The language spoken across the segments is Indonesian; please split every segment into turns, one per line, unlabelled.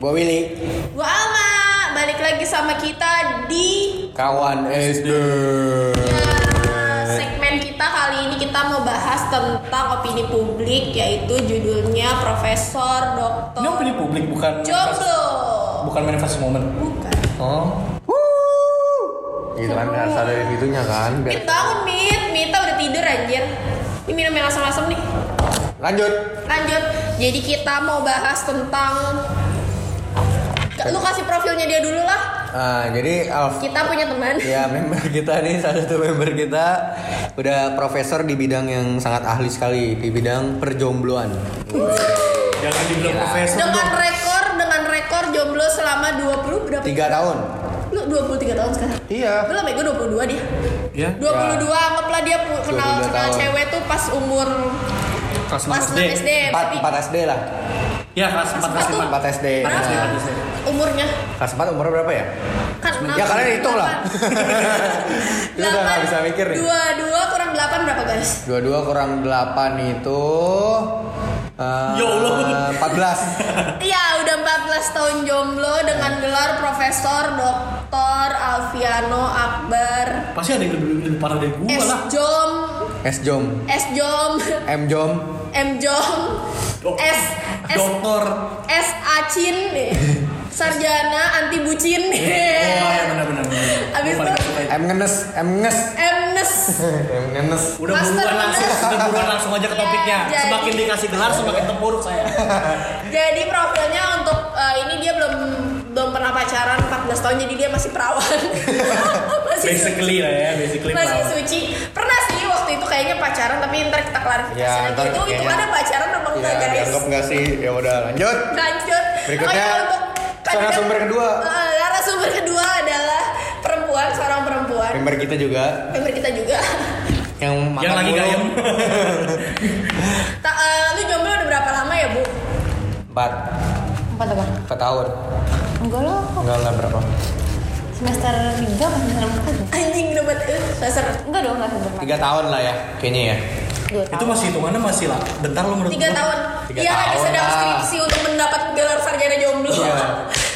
Gua Willy,
Gua Alma, balik lagi sama kita di
kawan SD.
uh, segmen kita kali ini kita mau bahas tentang opini publik yaitu judulnya Profesor Dr.
Ini opini publik bukan
Jomblo.
bukan manifest moment.
Bukan.
Oh.
gitu kan harus ada itunya kan biar
Mit bangun Mit, Mita udah tidur anjir. Ini minum yang asam-asam nih.
Lanjut.
Lanjut. Jadi kita mau bahas tentang lu kasih profilnya dia dulu lah.
Ah, jadi Alf
Kita punya teman.
ya member kita nih salah satu member kita udah profesor di bidang yang sangat ahli sekali di bidang perjombloan
Jangan dibilang
Iya.
profesor.
Dengan rekor dengan rekor jomblo selama 20 berapa? ya?
tiga tahun
Lu 23 tahun sekarang.
iya
Belum ya, gue 22 dia.
Eh,
Ya.
22 anggaplah dia pu- kenal
22
kenal
tahun.
cewek tuh pas umur
Ya, Kelas
pas
4 SD.
6 SD.
empat
berarti
empat SD lah
Ya kelas 4 kelas
Kelas
5.
empat SD
Berapa?
Nah,
Umurnya
kelas empat umur berapa ya
kan enam,
ya kalian hitung lah
delapan.
Lu udah nggak bisa mikir nih
22 kurang 8 berapa guys?
dua dua kurang delapan itu eh,
Ya Allah.
empat belas
Iya, udah 14 tahun jomblo dengan gelar Profesor Dr. Alfiano Akbar
Pasti ada yang lebih, lebih parah dari gua
S
lah.
Jom,
S jom
S Jom,
M jom
M Jom,
Dok-
S S
Dokter.
S Acin, sarjana anti bucin.
Oh ya benar benar. benar.
Abis
Gua paling
itu-
gak suka itu.
M ngenes M nges
Mnes.
M ngenes
Udah
Master
buruan langsung,
Nurse.
udah buruan langsung aja ke
Ya,
topiknya.
jadi-
Semakin dikasih gelar semakin terpuruk saya.
Jadi profilnya untuk eh, ini dia belum belum pernah pacaran 14 tahun jadi dia masih perawan. masih suci.
basically lah ya, basically.
Masih
perawan.
suci. Pernah sih waktu itu kayaknya pacaran tapi ntar kita klarifikasi
Ya,
lagi.
ntar
itu itu
kayaknya-
ada pacaran apa enggak
Ya,
guys?
dianggap nggak sih? Ya udah lanjut.
Lanjut. Oh,
Berikutnya,
iya, untuk kandidat-
narasumber kedua.
Eh, narasumber kedua adalah perempuan seorang perempuan.
Member kita juga
Member kita juga.
yang makan
Yang lagi
mulu.
gayem.
Ta- eh, lu jomblo udah berapa lama ya, Bu?
Empat,
Empat apa?
empat tahun.
Enggak lah, kok
Enggak lah berapa?
semester tiga apa semester empat ya?
Anjing debat eh, dasar
Enggak dong, enggak semester empat
Tiga tahun lah ya, kayaknya ya.
Dua
Itu
tahun
masih hitungannya masih lah. Bentar lo menurut
tiga
gua.
tahun
Tiga
dia lagi
tahun
sedang
lah.
skripsi untuk mendapat gelar sarjana jomblo
Iya.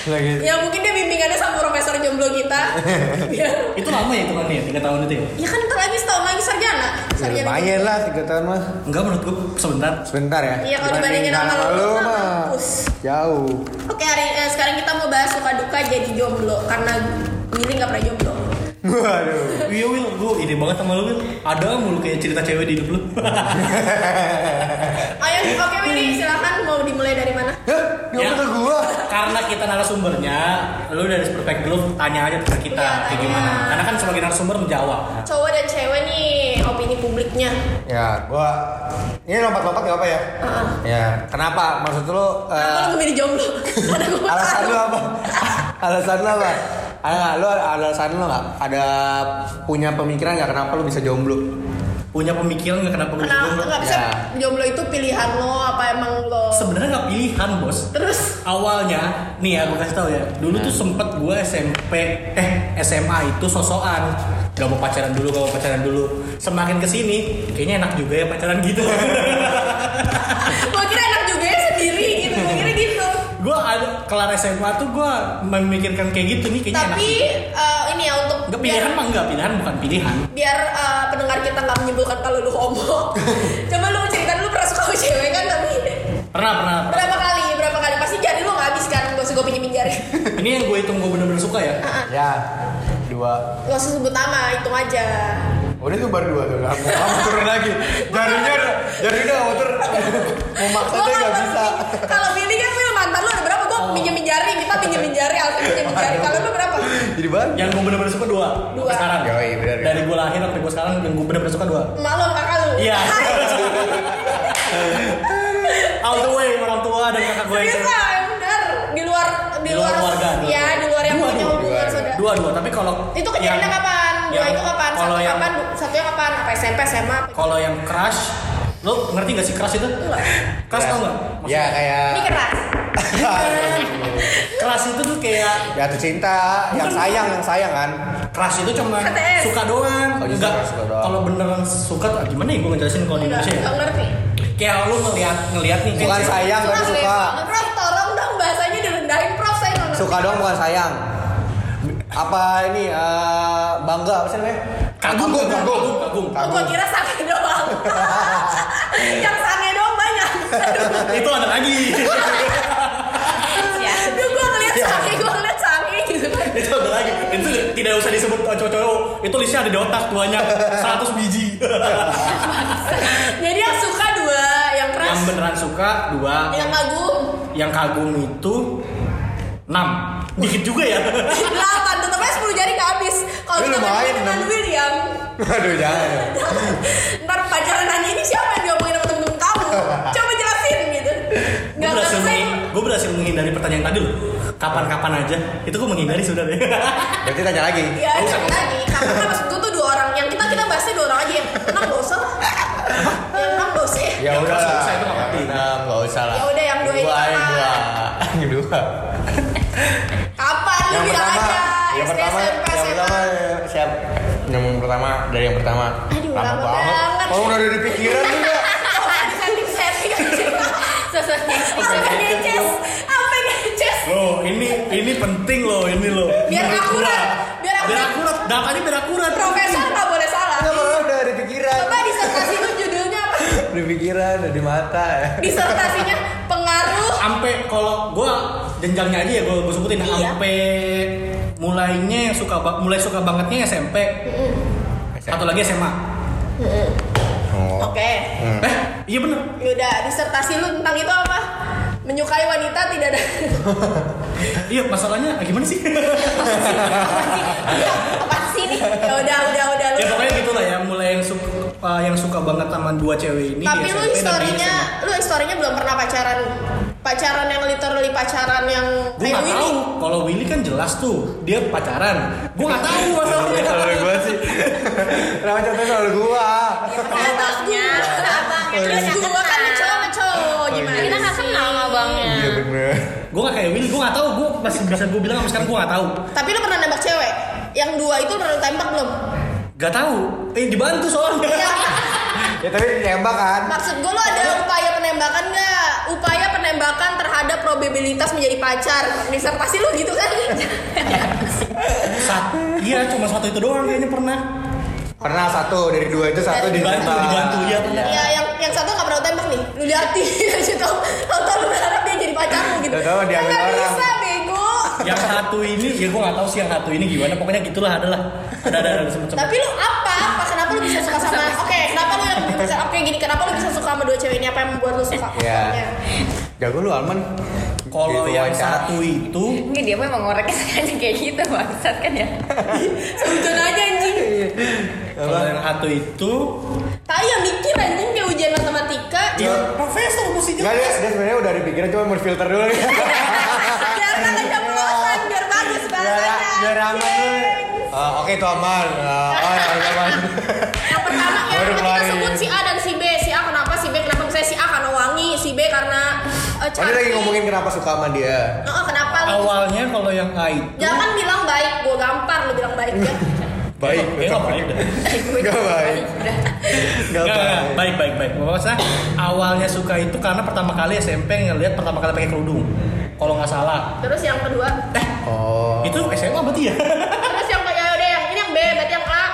Lagi.
ya mungkin dia bimbingannya sama profesor jomblo kita ya.
Itu lama ya hitungannya ya, tiga tahun itu ya.
ya kan ntar lagi setahun lagi sarjana
Ya,
sarjana
lumayan lah tiga tahun mah.
Enggak menurut gua sebentar.
Sebentar ya.
gitu. Iya, kalau dibandingin sama lu,
lu
mah,
mah
mampus.
jauh.
jomblo. oke hari eh, sekarang kita mau bahas suka duka jadi jomblo karena Willy nggak pernah jomblo
Waduh.
Iya Will, gue ide banget sama lu Will Ada mulu kayak cerita cewek di hidup lu
ayo oke Willy silahkan mau dimulai dari mana
Hah? Dia
Ya.
ke gua.
Karena kita narasumbernya Lu dari perspektif lu tanya aja ke kita
Iya,
Kayak
tanya.
gimana Karena kan sebagai narasumber menjawab
cowok dan cewek nih opini publiknya
Ya, gua ini lompat-lompat gak apa ya?
Heeh.
Ya, kenapa? Maksud lu eh,
Kenapa lu memilih jomblo? Karena gue
alasan lu
tahu.
apa alasan lu apa ada nggak lu ada alasan lu nggak ada punya pemikiran nggak kenapa lu bisa jomblo
Punya pemikiran gak kenapa lu
Kenapa
jomblo
nggak bisa
Ya.
jomblo itu pilihan lo apa emang lo?
Sebenarnya gak pilihan bos
Terus
Awalnya, nih ya gue kasih tau ya Dulu
Nah.
tuh sempet gue SMP, eh SMA itu sosokan Gak mau pacaran dulu, gak mau pacaran dulu Semakin kesini, kayaknya enak juga ya pacaran gitu
Gua kira enak juga ya sendiri gitu Gua kira gitu
gue ada kelar SMA tuh gue memikirkan kayak gitu nih kayaknya
tapi
enak.
eh, ini ya untuk
Enggak
biar,
pilihan mah enggak pilihan bukan pilihan
biar, eh, pendengar kita nggak menyimpulkan kalau lu homo coba lu cerita dulu pernah suka sama cewek kan tapi
pernah pernah
berapa kali berapa kali pasti jari lu nggak habis kan gak usah gue pinjemin jari
ini yang gue hitung gue bener-bener suka ya
ya dua
gak usah sebut nama hitung aja
udah tuh baru dua tuh nggak mau nggak mau turun lagi jarinya udah- jarinya nggak mau turun mau maksa
Gua
dia nggak
kalau
bisa
pilih- kalau pilih kan Wil, mantan lu ada berapa
Oh.
gue pinjemin jari kita pinjemin jari Alvin pinjemin jari kalau lu berapa
jadi banget
yang gue bener-bener suka
Dua.
dua dua sekarang
Yoi, bener.
dari gue lahir sampai gue sekarang yang gue bener-bener suka dua
emak lu sama kakak lu
iya all the way orang tua dan kakak gue itu
Seriusan, bener di luar di
Di
luar
luar keluarga, di luar
ya di luar yang
Dua,
punya
dua,
hubungan
dua.
saudara
dua dua tapi kalau
itu kejadiannya
yang-
kapan? Dua
yang-
itu kapan? Satu
kalau yang
kapan? Satunya kapan? Apa SMP, SMA? Apa?
kalau yang crush lo ngerti gak sih crush itu
Enggak.
crush tau nggak
ya kayak
Ini keras.
crush itu tuh kayak
Ya, jatuh cinta yang sayang yang sayang kan
Crush itu cuma
KTS.
suka doang.
Oh, justru
Enggak.
crush suka doang.
Kalau beneran suka tuh ah, gimana ya gue ngejelasin kalau di
Enggak,
Indonesia ya?
enggak ngerti.
Kayak lu ngeliat ngeliat nih
bukan
kayak-
sayang tapi
Suka
suka
Prof, tolong dong bahasanya direndahin, Prof.
Suka dong bukan sayang. Apa ini eh, bangga apa sih namanya?
Kagum,
kagum,
kagum,
kagum.
kagum.
Oh, gua kira sange doang. Yang sange doang banyak.
Itu ada lagi.
Ya. Duh, gua ngeliat sange, gua ngeliat sange gitu.
itu ada lagi. Itu tidak usah disebut ah, cowok-cowok. Itu listnya ada di otak banyak 100 biji.
Jadi yang suka dua, yang
yang
keras,
beneran suka dua,
yang kagum.
yang kagum itu 6. Dikit juga ya.
Delapan, tetep aja 10 jari nggak habis. Kalau
Lu
kita bandingin
lumayan,
dengan
enam.
William,
Aduh jangan. dong.
ntar pacaran nanya ini siapa yang diomongin sama temen-temen kamu? Coba jelasin gitu.
Gue
Gak
berhasil,
ngerti.
menghi- gua berhasil menghindari pertanyaan tadi loh. Kapan-kapan aja. Itu gue menghindari sudah deh.
Berarti tanya lagi.
Ya, cek
Gak usah, gak usah.
lagi. Karena kan maksud gua tuh dua orang. Yang kita kita bahasnya dua orang aja. Yang enam gak usah lah. Yang enam gak usah.
Ya
Yang
udah
keras
lah.
susah itu nggak apa-apa.
enam, nggak usah lah.
Ya udah, yang dua itu
yang
apa?
dua. Yang dua.
Kapan lu
Yang
bilang
pertama,
aja?
yang
SD,
pertama,
SMP,
yang
SMA.
pertama siap. Yang pertama dari yang pertama.
Aduh, lama banget.
Oh udah ada di pikiran lu ya.
Setting-setting. Sampai ngeces. Sampai ngeces.
Loh, ini ini penting loh, ini loh.
Biar akurat, biar
Biar
akurat.
akurat. Datanya biar akurat.
Profesor gak boleh salah.
Enggak pernah udah ada di pikiran.
Coba disertasi itu judulnya apa?
Di pikiran, ada di mata ya.
Disertasinya pengaruh
Ampe kalau gua jenjangnya aja ya gua, gua sebutin
Iya.
ampe mulainya yang suka ba- mulai suka bangetnya SMP. Satu lagi SMA.
Oh.
Oke.
Eh, iya bener.
Yaudah, disertasi lu tentang itu apa? Menyukai wanita tidak ada.
Iya, masalahnya gimana sih?
apa sih ini? Ya udah, udah, udah lu.
ya pokoknya gitulah ya, mulai yang suka uh, yang suka banget sama dua cewek ini di
Tapi lu
SMP dan di
historinya,
SMA.
lu historinya belum pernah pacaran. Pacaran yang literally pacaran yang
Gue
kayak
gak
Willy.
tahu. Kalau Willy kan jelas tuh dia pacaran. Gue gak tahu masalahnya.
Kalau gue sih. Kenapa contohnya soal gua?
Abangnya, abangnya. Terus gua kan sama cowok sama cowok gimana?
Kita nggak kenal sama abangnya.
Iya bener.
Gue gak kayak Willy. Gue gak tahu. Gue masih bisa gue bilang sama sekarang gue gak tahu.
Tapi lu pernah nembak cewek? Yang dua itu pernah lu tembak belum?
Gak tahu. Eh dibantu soalnya.
Ya tapi nembak kan.
Maksud gue lo ada upaya penembakan nggak? Upaya penembakan terhadap probabilitas menjadi pacar. Disertasi lu gitu kan?
Iya,
Sat- iya cuma satu itu doang kayaknya pernah.
Pernah satu dari dua itu satu
Dari
Dibantu,
ditembak.
dibantu ya.
ya yang yang satu nggak pernah lu tembak nih. Lu liatin aja tau. Tau lu berharap dia jadi pacar lu gitu.
Tau-tau dia ambil
Kan nggak
orang.
bisa bego.
Yang satu ini ya gue gak tahu sih yang satu ini gimana. Pokoknya gitulah adalah. Ada ada ada semacam.
Tapi lu apa? Apa kenapa lu bisa suka sama? Oke, kenapa lu yang bisa? Oke gini, kenapa lu bisa suka sama dua cewek ini? Apa yang membuat lu suka?
Iya.
Pokoknya.
Jago lu Alman.
Kalau
Gitu,
yang
wawancara.
satu itu
Enggak dia memang ngorek sengaja kayak gitu bangsat kan ya.
Seujuan aja anjing.
kalau yang satu itu
Tapi yang mikir anjing kayak ujian matematika.
Iya.
ya, profesor mesti
Enggak dia,
jelas.
dia sebenarnya udah dipikirin cuma mau filter dulu nih.
biar tangan jamblosan, biar bagus
Biar
bahasanya.
biar aman dulu. Eh, Oke itu aman. Eh, oh ya udah, aman.
Yang pertama yang
Baru
kita
keluarin.
sebut si A dan si B. Si A kenapa? Si B kenapa? Misalnya si A karena wangi, si B karena eh,
Tadi
cantik.
Oh, lagi ngomongin kenapa suka sama dia.
Oh, kenapa lu?
Awalnya kalau yang A itu
Jangan bilang baik, gua gampar lu bilang baik ya.
Baik,
Eh, nggak baik dah.
Gak baik.
Nggak,
Gak
nggak, nggak.
baik.
baik baik baik maksudnya awalnya suka itu karena pertama kali SMP ngelihat pertama kali pakai kerudung kalau nggak salah Eh,
Terus yang kedua,
Oh.
itu SMA berarti ya
terus yang ya udah yang ini yang B, berarti yang A.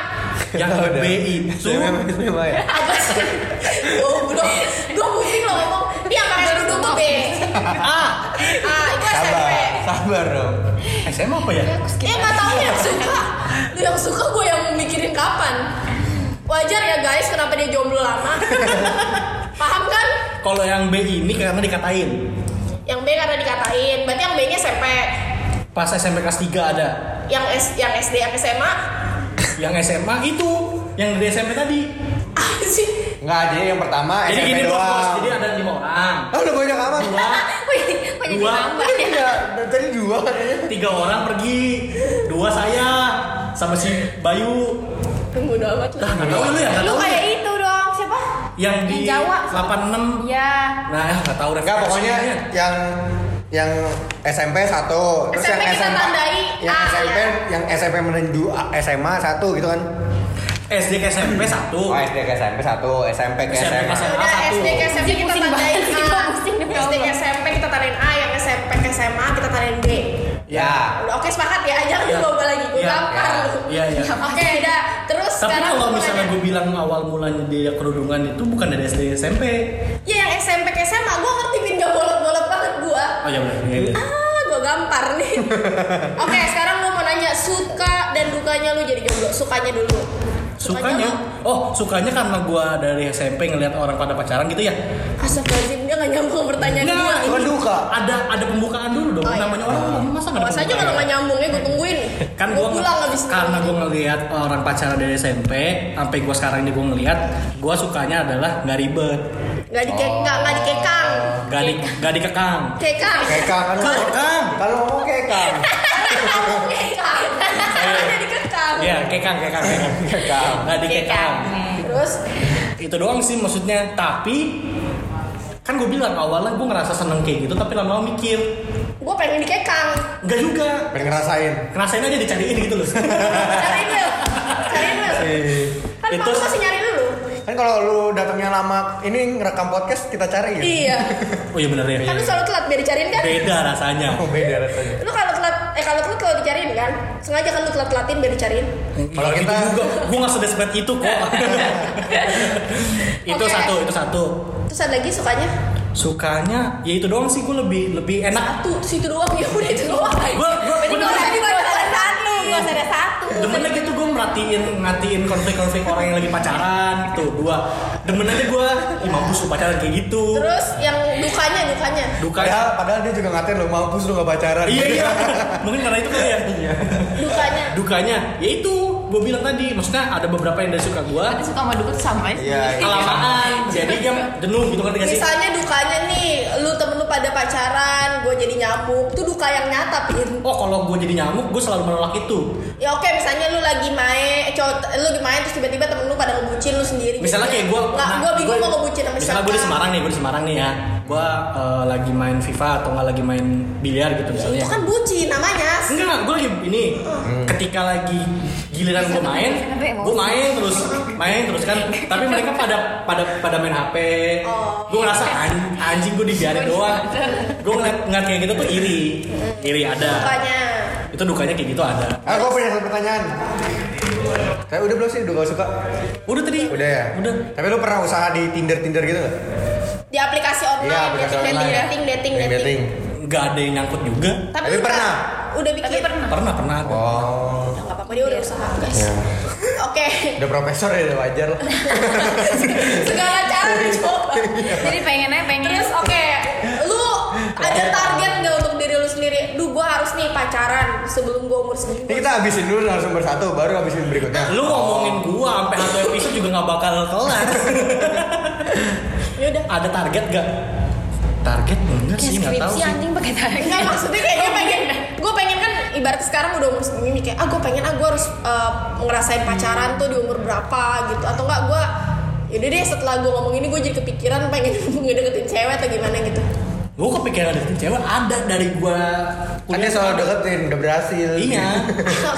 yang B itu
Saya memang- saya memang ya.
Apa sih? Goblok. Gua pusing lo ngomong. Dia pakai duduk tuh B.
A
A itu SMP.
Sabar, sabar dong.
SMA apa ya
Eh nggak tahu yang suka. Lu yang suka gue yang mikirin kapan. Wajar ya guys kenapa dia jomblo lama. Paham kan?
kalau yang B ini karena dikatain
Yang B karena dikatain. Berarti yang B-nya SMP.
pas SMP kelas 3 ada
Yang S yang SD yang SMA
yang SMA itu yang dari SMP tadi
apa sih?
Enggak, jadi yang pertama
jadi
SMP
gini bos, bos
doang.
jadi ada lima orang
Ah, udah banyak amat.
dua
Wih, kok jadi
Dua.
nambah
Tadi
ya?
Iya, dari tadi dua katanya.
tiga orang pergi dua saya sama si Bayu
Tunggu udah amat lah.
Iya.
nggak tahu lu ya nggak
Lu
tahu lu ya?
kayak itu dong, siapa?
yang di
Yang Jawa.
86
Ya.
Nah, ya, nggak tahu deh.
Enggak, pokoknya yang yang SMP satu, terus
SMP
yang
kita
SMA,
tandai
yang
A,
SMP,
ya.
yang SMP menuju SMA satu gitu kan?
SD ke SMP satu.
Oh SD ke SMP satu, SMP ke
SMP ke
SMA.
SMA.
Udah
satu.
SD ke SMP kita
Pusing
tandain
banget sih,
A.
pusing demi
SD ke
Allah.
SMP kita tandain A, yang SMP ke SMA kita tandain B.
Ya.
Udah oke sepakat ya, jangan lu lomba lagi. Gue
Ya.
tampar
Ya.
lu.
Iya, iya.
Oke, udah. Terus
Tapi
sekarang
kalau
gimana?
misalnya gue bilang awal mulanya dia kerudungan itu bukan dari SD SMP.
Ya yang SMP ke SMA, gue ngerti Vin gak bolot-bolot banget gue.
Oh ya benar. iya, iya.
Ah, gue gampar nih. Oke, sekarang gue mau nanya suka dan dukanya lu jadi jomblo. Sukanya dulu.
Sukanya,
lu-
oh sukanya karena gue dari SMP ngelihat orang pada pacaran gitu ya.
Astagfirullahaladzim, dia gak nyambung pertanyaan
Nggak,
gue.
Bukan duka.
Ada ada pembukaan dulu dong.
Oh, iya.
Namanya orang masa nggak ada
Awas aja
pembukaan?
kalau gak nyambungnya gue tungguin.
kan
gue
gue
pulang abis ini.
karena gue ngelihat orang pacaran dari SMP sampai gue sekarang ini gue ngelihat gue sukanya adalah nggak ribet
Gak dikekang,
Oh.
nggak gak dikekang.
nggak
Iya.
di nggak dikekang
Kekang.
Kekang kan lu-
Kekang.
Kan lu ngomong kekang.
Kekang. Ada
kan
dikekang.
ya kekang kekang kekang
Kekang.
nggak dikekang
Terus,
itu doang sih maksudnya tapi kan gue bilang awalnya gue ngerasa seneng kayak gitu tapi lama-lama mikir
gue pengen dikekang.
nggak juga
Pengen ngerasain.
ngerasain aja dicariin gitu loh Iya.
Cariin lu. Cariin lu. Kan
Itu-
Pak, lu masih nyari dulu.
Kan kalau lu datangnya lama, ini ngerekam podcast kita cari ya.
Iya.
oh iya bener ya
Kan lu selalu telat biar dicariin kan?
beda rasanya
Oh, beda rasanya.
Lu kalau telat, eh kalau telat kalau dicariin kan? Sengaja kan lu telat-telatin biar dicariin.
Kalau
Gitu
kita-
juga gue nggak sedespet itu kok itu
Oke.
satu itu satu
Terus ada lagi sukanya?
sukanya ya itu doang sih gue lebih lebih enak
Satu, situ doang ya udah itu doang.
Gua- gua-
Berarti
gua-
gak usah dibahas
ada satu, gak usah ada satu.
demennya gitu gue merhatiin ngatiin konflik-konflik orang yang lagi pacaran tuh dua demen aja gue ih mampus lu pacaran kayak gitu
Terus yang dukanya, dukanya.
dukanya
Padahal, padahal dia juga ngatain lu mampus lu gak pacaran.
iya iya mungkin karena itu kali ya
Iya. Dukanya.
dukanya ya itu gue bilang tadi maksudnya ada beberapa yang dari suka gue
Ada suka sama duka tuh sama ya.
Iya, iya.
kelamaan jadi dia jenuh gitu kan dikasih
Misalnya dukanya nih, lu temen lu pada pacaran, gue jadi nyamuk, itu duka yang nyata, Pin.
oh kalau gue jadi nyamuk gue selalu menolak itu
Ya oke, misalnya lu lagi main, eh, cowok, lu lagi main terus tiba-tiba temen lu pada ngebucin lu sendiri.
misalnya kayak gue
Nggak, gue bingung mau ngebucin sama
misalnya gue di Semarang nih gue di Semarang nih ya gue eh, lagi main FIFA atau nggak lagi main biliar gitu misalnya
Itu kan bucin namanya.
enggak gue lagi ini ketika lagi giliran gue main
Sampai emosi.
gue main terus main terus kan tapi mereka pada pada pada main HP
Oh.
gue ngerasa an- anjing gue dibiarin doang gue ngeliat ngeliat kayak gitu tuh iri
Hmm.
iri ada
Dukanya.
itu dukanya kayak gitu ada
Ah, gue punya satu pertanyaan. Tapi udah belum sih, udah gak suka?
udah tadi
Udah ya?
udah
Tapi lu pernah usaha di Tinder-Tinder gitu gak?
Di aplikasi online,
Iya, aplikasi
Oh, dating,
online.
dating, dating, dating,
Dating.
nggak ada yang nyangkut juga
Tapi
udah-
pernah?
Udah bikin.
Tapi pernah.
pernah pernah ada.
Oh.
Nggak apa-apa, dia udah usaha, guys.
Ya.
Oke.
Udah profesor ya, udah wajar lah.
Segala cara dicoba.
Jadi pengennya pengen oh,
Terus oke, lu ada target nggak untuk diri lu sendiri? Duh, gua harus nih pacaran sebelum gua umur segini.
Ini kita habisin dulu langsung bersatu, baru habisin berikutnya.
lu ngomongin gua sampai satu episode juga nggak bakal kelar
Ya udah.
ada target gak target enggak
Kayak
sih nggak tahu
skripsi
sih
anjing pakai target.
Enggak maksudnya kayak dia pengen Gue pengen kan ibarat sekarang udah umur segini nih, Kayak ah gue pengen ah gue harus eh, ngerasain pacaran tuh di umur berapa gitu Atau enggak gue Yaudah deh setelah gue ngomong ini gue jadi kepikiran pengen ngedeketin cewek atau gimana gitu
gua kepikiran deketin cewek ada dari gua
Kan dia selalu deketin, udah berhasil.
iya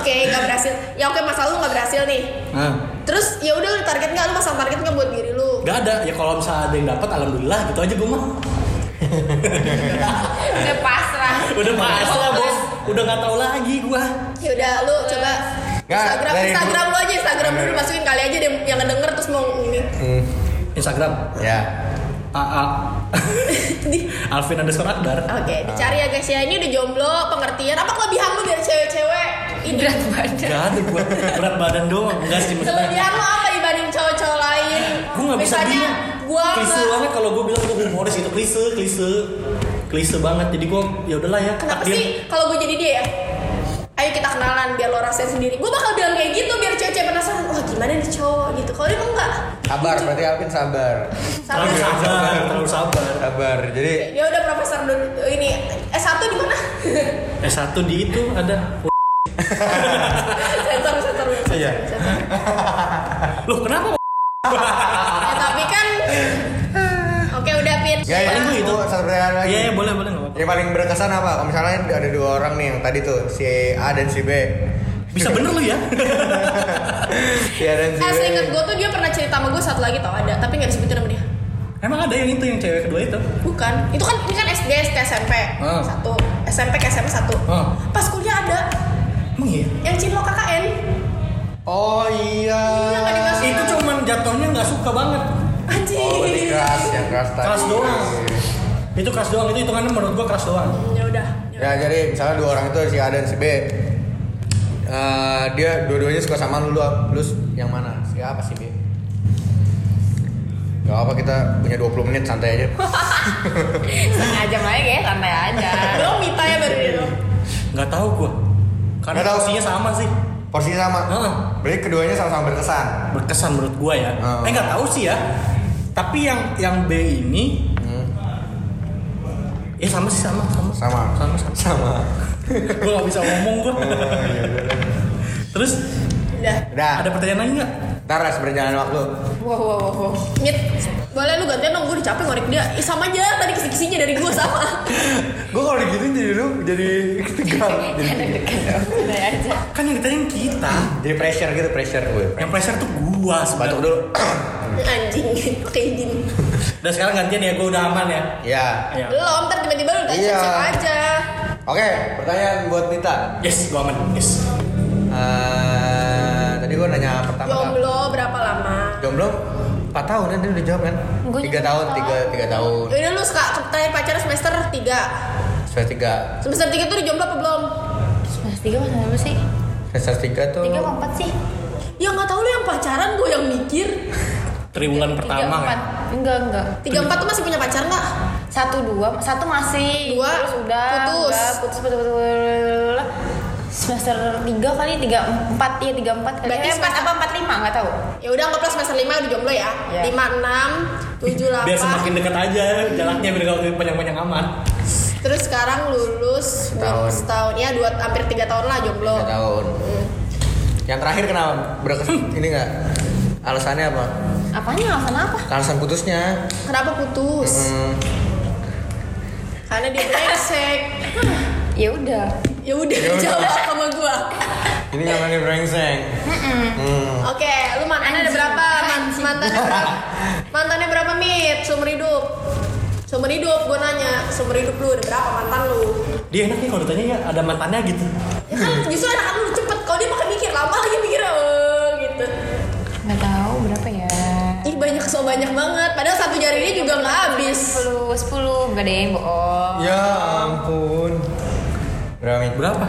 Oke nggak berhasil Ya oke masa lu gak berhasil nih
nah,
Terus ya udah lu target nggak? Lu masang target nggak buat diri lu?
nggak ada ya kalau misalnya ada yang dapat alhamdulillah gitu aja gua mah
udah pasrah.
udah pasrah lah bos udah nggak tahu lagi gua
Ya udah lu coba
Nggak,
Instagram,
dari-
Instagram lu aja Instagram dulu masukin kali aja deh yang ngedenger terus mau ini
Hmm.
Instagram
Ya.
Ah,
AA Alvin underscore Akbar
Oke, dicari ya guys ya. Ini udah jomblo, pengertian. Apa kelebihan lu dari cewek-cewek? Ini
Berat badan.
Gak ada gua berat badan doang enggak sih maksudnya
kelebihan lu apa dibanding cowok-cowok lain?
gua nggak bisa
Misalnya,
bilang
gua
klise
nggak-
banget kalau gua bilang gua humoris gitu klise klise klise banget jadi gua ya udahlah ya
Kenapa
takdir.
sih kalau gue jadi dia ya? Ayo kita kenalan biar lo rasain sendiri. Gue bakal bilang kayak gitu biar cewek-cewek penasaran. Wah gimana nih cowok gitu. Kalau dia mau nggak?
Sabar, berarti Alvin sabar.
Sabar.
terlalu sabar terlalu sabar
Sabar. Jadi
Dia Ya udah profesor dulu ini S1 di mana?
S1 di itu ada
Sensor, sensor, sensor,
Iya.
sensor.
Loh kenapa
Ya, tapi kan Oke udah Pin. eh,
Gak ya,
Paling gua itu.
itu satu pertanyaan lagi.
Iya ya, boleh boleh nggak apa-apa
Yang paling berkesan apa? Kalau misalnya ada dua orang nih yang tadi tuh si A dan si B.
Bisa bener lu ya
Si A dan si
Eh,
B.
seinget gue tuh dia pernah cerita sama gue satu lagi tau ada, tapi nggak disebutin sama dia.
Emang ada yang itu yang cewek kedua itu
Ah.
Bukan, itu kan ini kan SD, SD SMP
Hmm.
satu, SMP ke SMA 1
Hah.
pas kuliah ada
Emang iya?
yang cinlok KKN
Oh iya.
Iya, nggak dikasih.
Itu cuman jatuhnya nggak suka banget.
anjing
Oh lebih keras yang keras tadi.
Keras doang. Itu keras doang, itu hitungannya menurut gua keras doang.
ya udah
Ya jadi misalnya dua orang itu si A dan si B. Eh, dia dua-duanya suka sama lu, lu, lu yang mana? Si A apa si B? Gak apa kita punya 20 menit santai aja.
Iya.
Sengaja main ya, santai aja.
belum mita ya baru itu
Nggak tahu gua. Karena
Nggak tahu.
porsinya sama sih.
Porsinya sama.
Heeh.
Berarti keduanya sama-sama berkesan.
Berkesan menurut gua ya.
Hmm.
Eh nggak tahu sih ya. Tapi yang yang B ini Ya sama sih sama sama
Hmm. Sama. Oh,
sama sama.
Sama.
gua nggak bisa ngomong gua.
iya,
Terus
udah
Udah.
ada pertanyaan lagi nggak?
Ntar lah berjalan waktu.
Wow, wow, wow, wow.
Mit, boleh lu gantian dong, gue udah capek ngorek dia Ih, sama aja, tadi kisi-kisinya dari gue sama
Gue kalau digituin jadi lu jadi tegang.
Jangan deg-degan dong, santai aja.
Kan yang ditanya kita.
jadi pressure gitu pressure gue.
Yang pressure tuh gua
Batuk
sebenarnya.
dulu.
Anjing, pakai izin
Udah sekarang gantian ya, gua udah aman ya.
ya.
Ayo.
Belum, ntar tiba-tiba lu tanya
Iya.
siapa aja
Oke, pertanyaan buat Mita.
Yes, gua aman. Yes.
Eh, tadi gue nanya pertama kan?
Jomblo berapa lama?
Jomblo 4 tahun kan dia udah jawab kan?
Gua
3 tahun, 3 3 tahun.
Yaudah Ya lu suka terakhir pacaran semester 3
Semester 3.
Semester 3 tuh udah jomblo apa belum?
Mas tiga masa berapa sih?
Semester 3 tuh
Tiga
Oh.
apa empat sih?
Ya nggak tahu lu yang pacaran, gue yang mikir
Triwulan pertama
kan?
kan.
Enggak, enggak.
3-4 tuh masih punya pacar nggak?
Satu dua, satu masih.
Dua,
terus udah
putus.
enggak, putus, putus, putus, putus. Semester tiga kali tiga empat ya tiga empat kali.
Berarti
Eh, empat
semester-
apa empat lima nggak tahu.
Ya udah anggaplah semester 5 udah jomblo ya
Iya.
5, 6, 7, 8
Biar semakin dekat aja jalannya biar kalau panjang-panjang aman.
Terus sekarang lulus
Setahun.
setahun ya dua hampir 3 tahun lah jomblo
3 tahun. Yang terakhir kenapa? Berkesan ini enggak? Alasannya apa?
Apanya alasan apa?
Alasan putusnya.
Kenapa putus?
Hmm,
Karena dia brengsek.
Ya udah.
ya udah
Ya udah.
jawab sama gua.
ini karena dia brengsek. Hmm.
Oke, lu mantannya ada
Anjing.
berapa? Man-
Anjing.
mantannya berapa? Mantannya berapa mit? Seumur hidup. Seumur hidup gua nanya, seumur hidup lu ada berapa mantan lu?
Dia enak nih kalau ditanya ya ada mantannya gitu.
Ya kan justru enak lu cepet. Kalau dia pakai mikir lama lagi mikir oh, gitu.
Nggak tahu berapa ya.
Ih banyak so banyak banget. Padahal satu jari ini juga nggak habis.
Sepuluh, sepuluh nggak deh bohong.
Ya ampun. Berapa? Mi?
Berapa?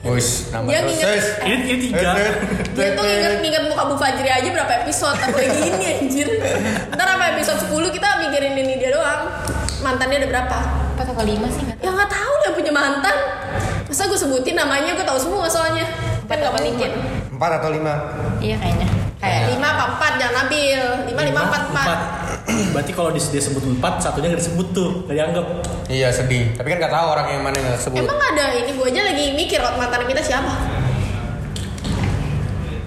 Wis, nambah
Dia
terus.
nginget-
Sis.
Ini, ini tiga.
Eh,
Dia
eh,
tuh
eh, eh.
nginget-nginget muka Bu Fajri aja berapa episode Apalagi ini anjir Ntar sampai episode 10 kita mikirin ini dia doang Mantannya ada berapa?
Empat atau lima sih nggak tahu.
Ya gak tahu dia punya mantan Masa gue sebutin namanya gue tahu semua soalnya Kan gak menikin
Empat atau lima?
Iya kayaknya. Kayak.
5 apa 4 jangan nabil 5, 5, 4, 4
Berarti kalau dis- dia sebut empat, satunya nggak disebut tuh, nggak dianggap.
Iya sedih. Tapi kan nggak tahu orang yang mana yang nggak sebut.
Emang ada ini gue aja lagi mikir Rot mantan kita siapa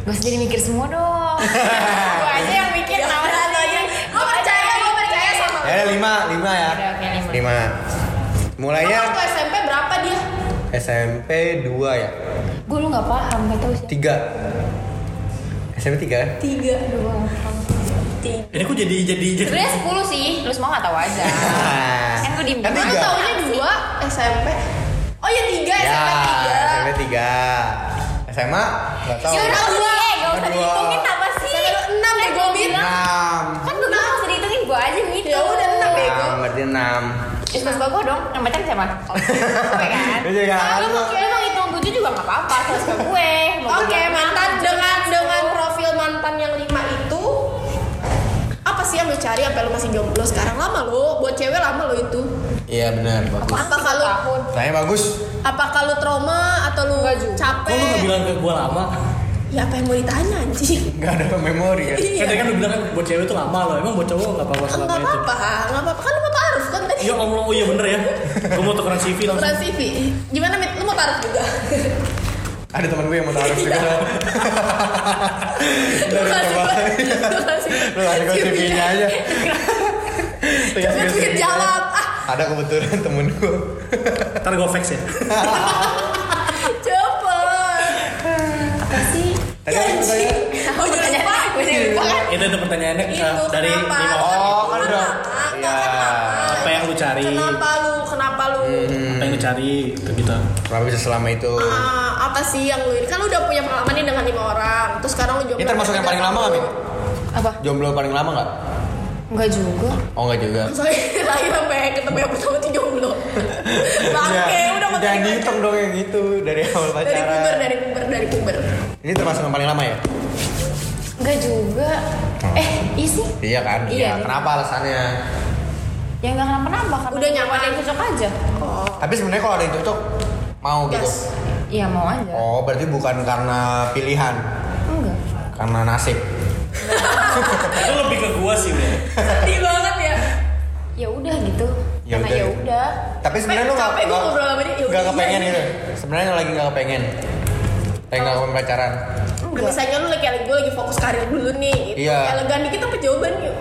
Gak usah jadi mikir semua dong. Gue aja yang mikir
Ya
nama
udah, lu aja. Gue percaya gue percaya sama
Ya ada lima, lima ya.
Oke, oke, lima.
Kamu
Mulainya
waktu SMP berapa dia?
SMP 2 ya,
Gue lu gak paham, gak tau sih.
3 SMP 3 kan?
3
Dua.
3
Ini kok jadi jadi jadi.
Sebenernya 10 sih, lu semua gak tau aja. kan gue diem.
Kan
Gue
Tiga.
taunya 2 SMP Oh ya 3 SMP 3
SMP 3 SMA nggak tahu.
Ya udah gue, gak usah
Kedua.
dihitungin apa sih?
Sampai lu enam ya, gua bilang.
6
Kan gue bilang gak usah dihitungin, gue aja yang ngitung.
Ya udah, enam ya. Bego.
6 berarti 6
Terus pas gue dong, yang pacar siapa? Oh, gue kan?
Lu juga
Kalau lu
lu.
mau kira mau hitung 7 juga gak apa-apa, terus ke gue. Mau
Oke,
gue-
mantan dengan dengan profil mantan yang lima itu apa sih yang lu cari sampai lu masih jomblo sekarang lama lo buat cewek lama lo itu
Iya benar bagus.
apa kalau
Tahun.
Tanya bagus.
apa kalau trauma atau lu
Enggak juga.
Kok lu nggak
capek
bilang ke gua lama?
ya apa yang mau ditanya anjing
Enggak ada memori ya.
Kan tadi kan
iya
lu bilang kan buat cewek tuh lama loh. Emang buat cowok nggak apa-apa
nggak
selama itu.
apa-apa nggak apa-apa kan lu mau taruh kan tadi
Iya om oh iya bener ya. Gua mau tukeran CV langsung.
Ukuran CV gimana mit lu mau taruh juga
Ada teman gue yang mau taruh juga.
lu kasih gua
Iya,
lu kasih
Lu ada
CV -nya.
CV-nya aja. Lu
Lu
kasih gua
tweet
CV -nya.
jawab ah
Ada kebetulan temen gue.
Ntar gua fax ya.
cepet
Apa sih?
Tadi apa pertanyaan?
Oh jadi lupa.
Gue jadi lupa kan?
Itu ada pertanyaannya
Itu
eh, dari
kenapa?
lima
orang. Oh, kan
Kenapa?
udah.
Kenapa?
Iya.
Kenapa?
Apa yang lu cari? Hmm.
Kenapa Hmm. lu? Kenapa apa lu
apa yang lu cari gitu gitu
Kenapa bisa selama itu?
ah, apa sih yang lu ini kan lu udah punya pengalaman nih dengan lima orang terus sekarang lu jomblo
Ini termasuk yang paling lama nggak, Min?
Apa?
Jomblo paling lama nggak?
Enggak juga.
Oh nggak juga.
saya lagi sampai ketemu yang pertama tuh jomblo bangke
Ya,
udah
Jangan
makin
dihitung dong yang itu dari awal
dari puber
pacaran.
dari puber dari puber
Ini termasuk yang paling lama ya?
Enggak juga.
Oh.
Eh, iya sih.
Iya kan?
Iya.
Kenapa alasannya?
Ya enggak kenapa-napa karena
Udah nyaman.
ada yang cocok aja.
oh
Tapi sebenarnya kalau ada yang cocok mau gitu.
gas
Iya, mau aja.
Oh, berarti bukan karena pilihan,
Enggak.
karena nasib.
itu lebih ke gua sih Bre.
sedih banget ya
Ya udah gitu.
Ya
Karena
udah.
ya udah.
Tapi sebenarnya lu nggak
capek gua
nggak-
ngobrol sama dia, ya
nggak
udah,
kepengen
iya. Oh.
gitu. Sebenarnya lagi nggak kepengen. Kayak nggak kepengen pacaran.
Nah, misalnya lu lagi gue lagi fokus karir dulu nih gitu.
Iya.
elegan dikit apa jawaban yuk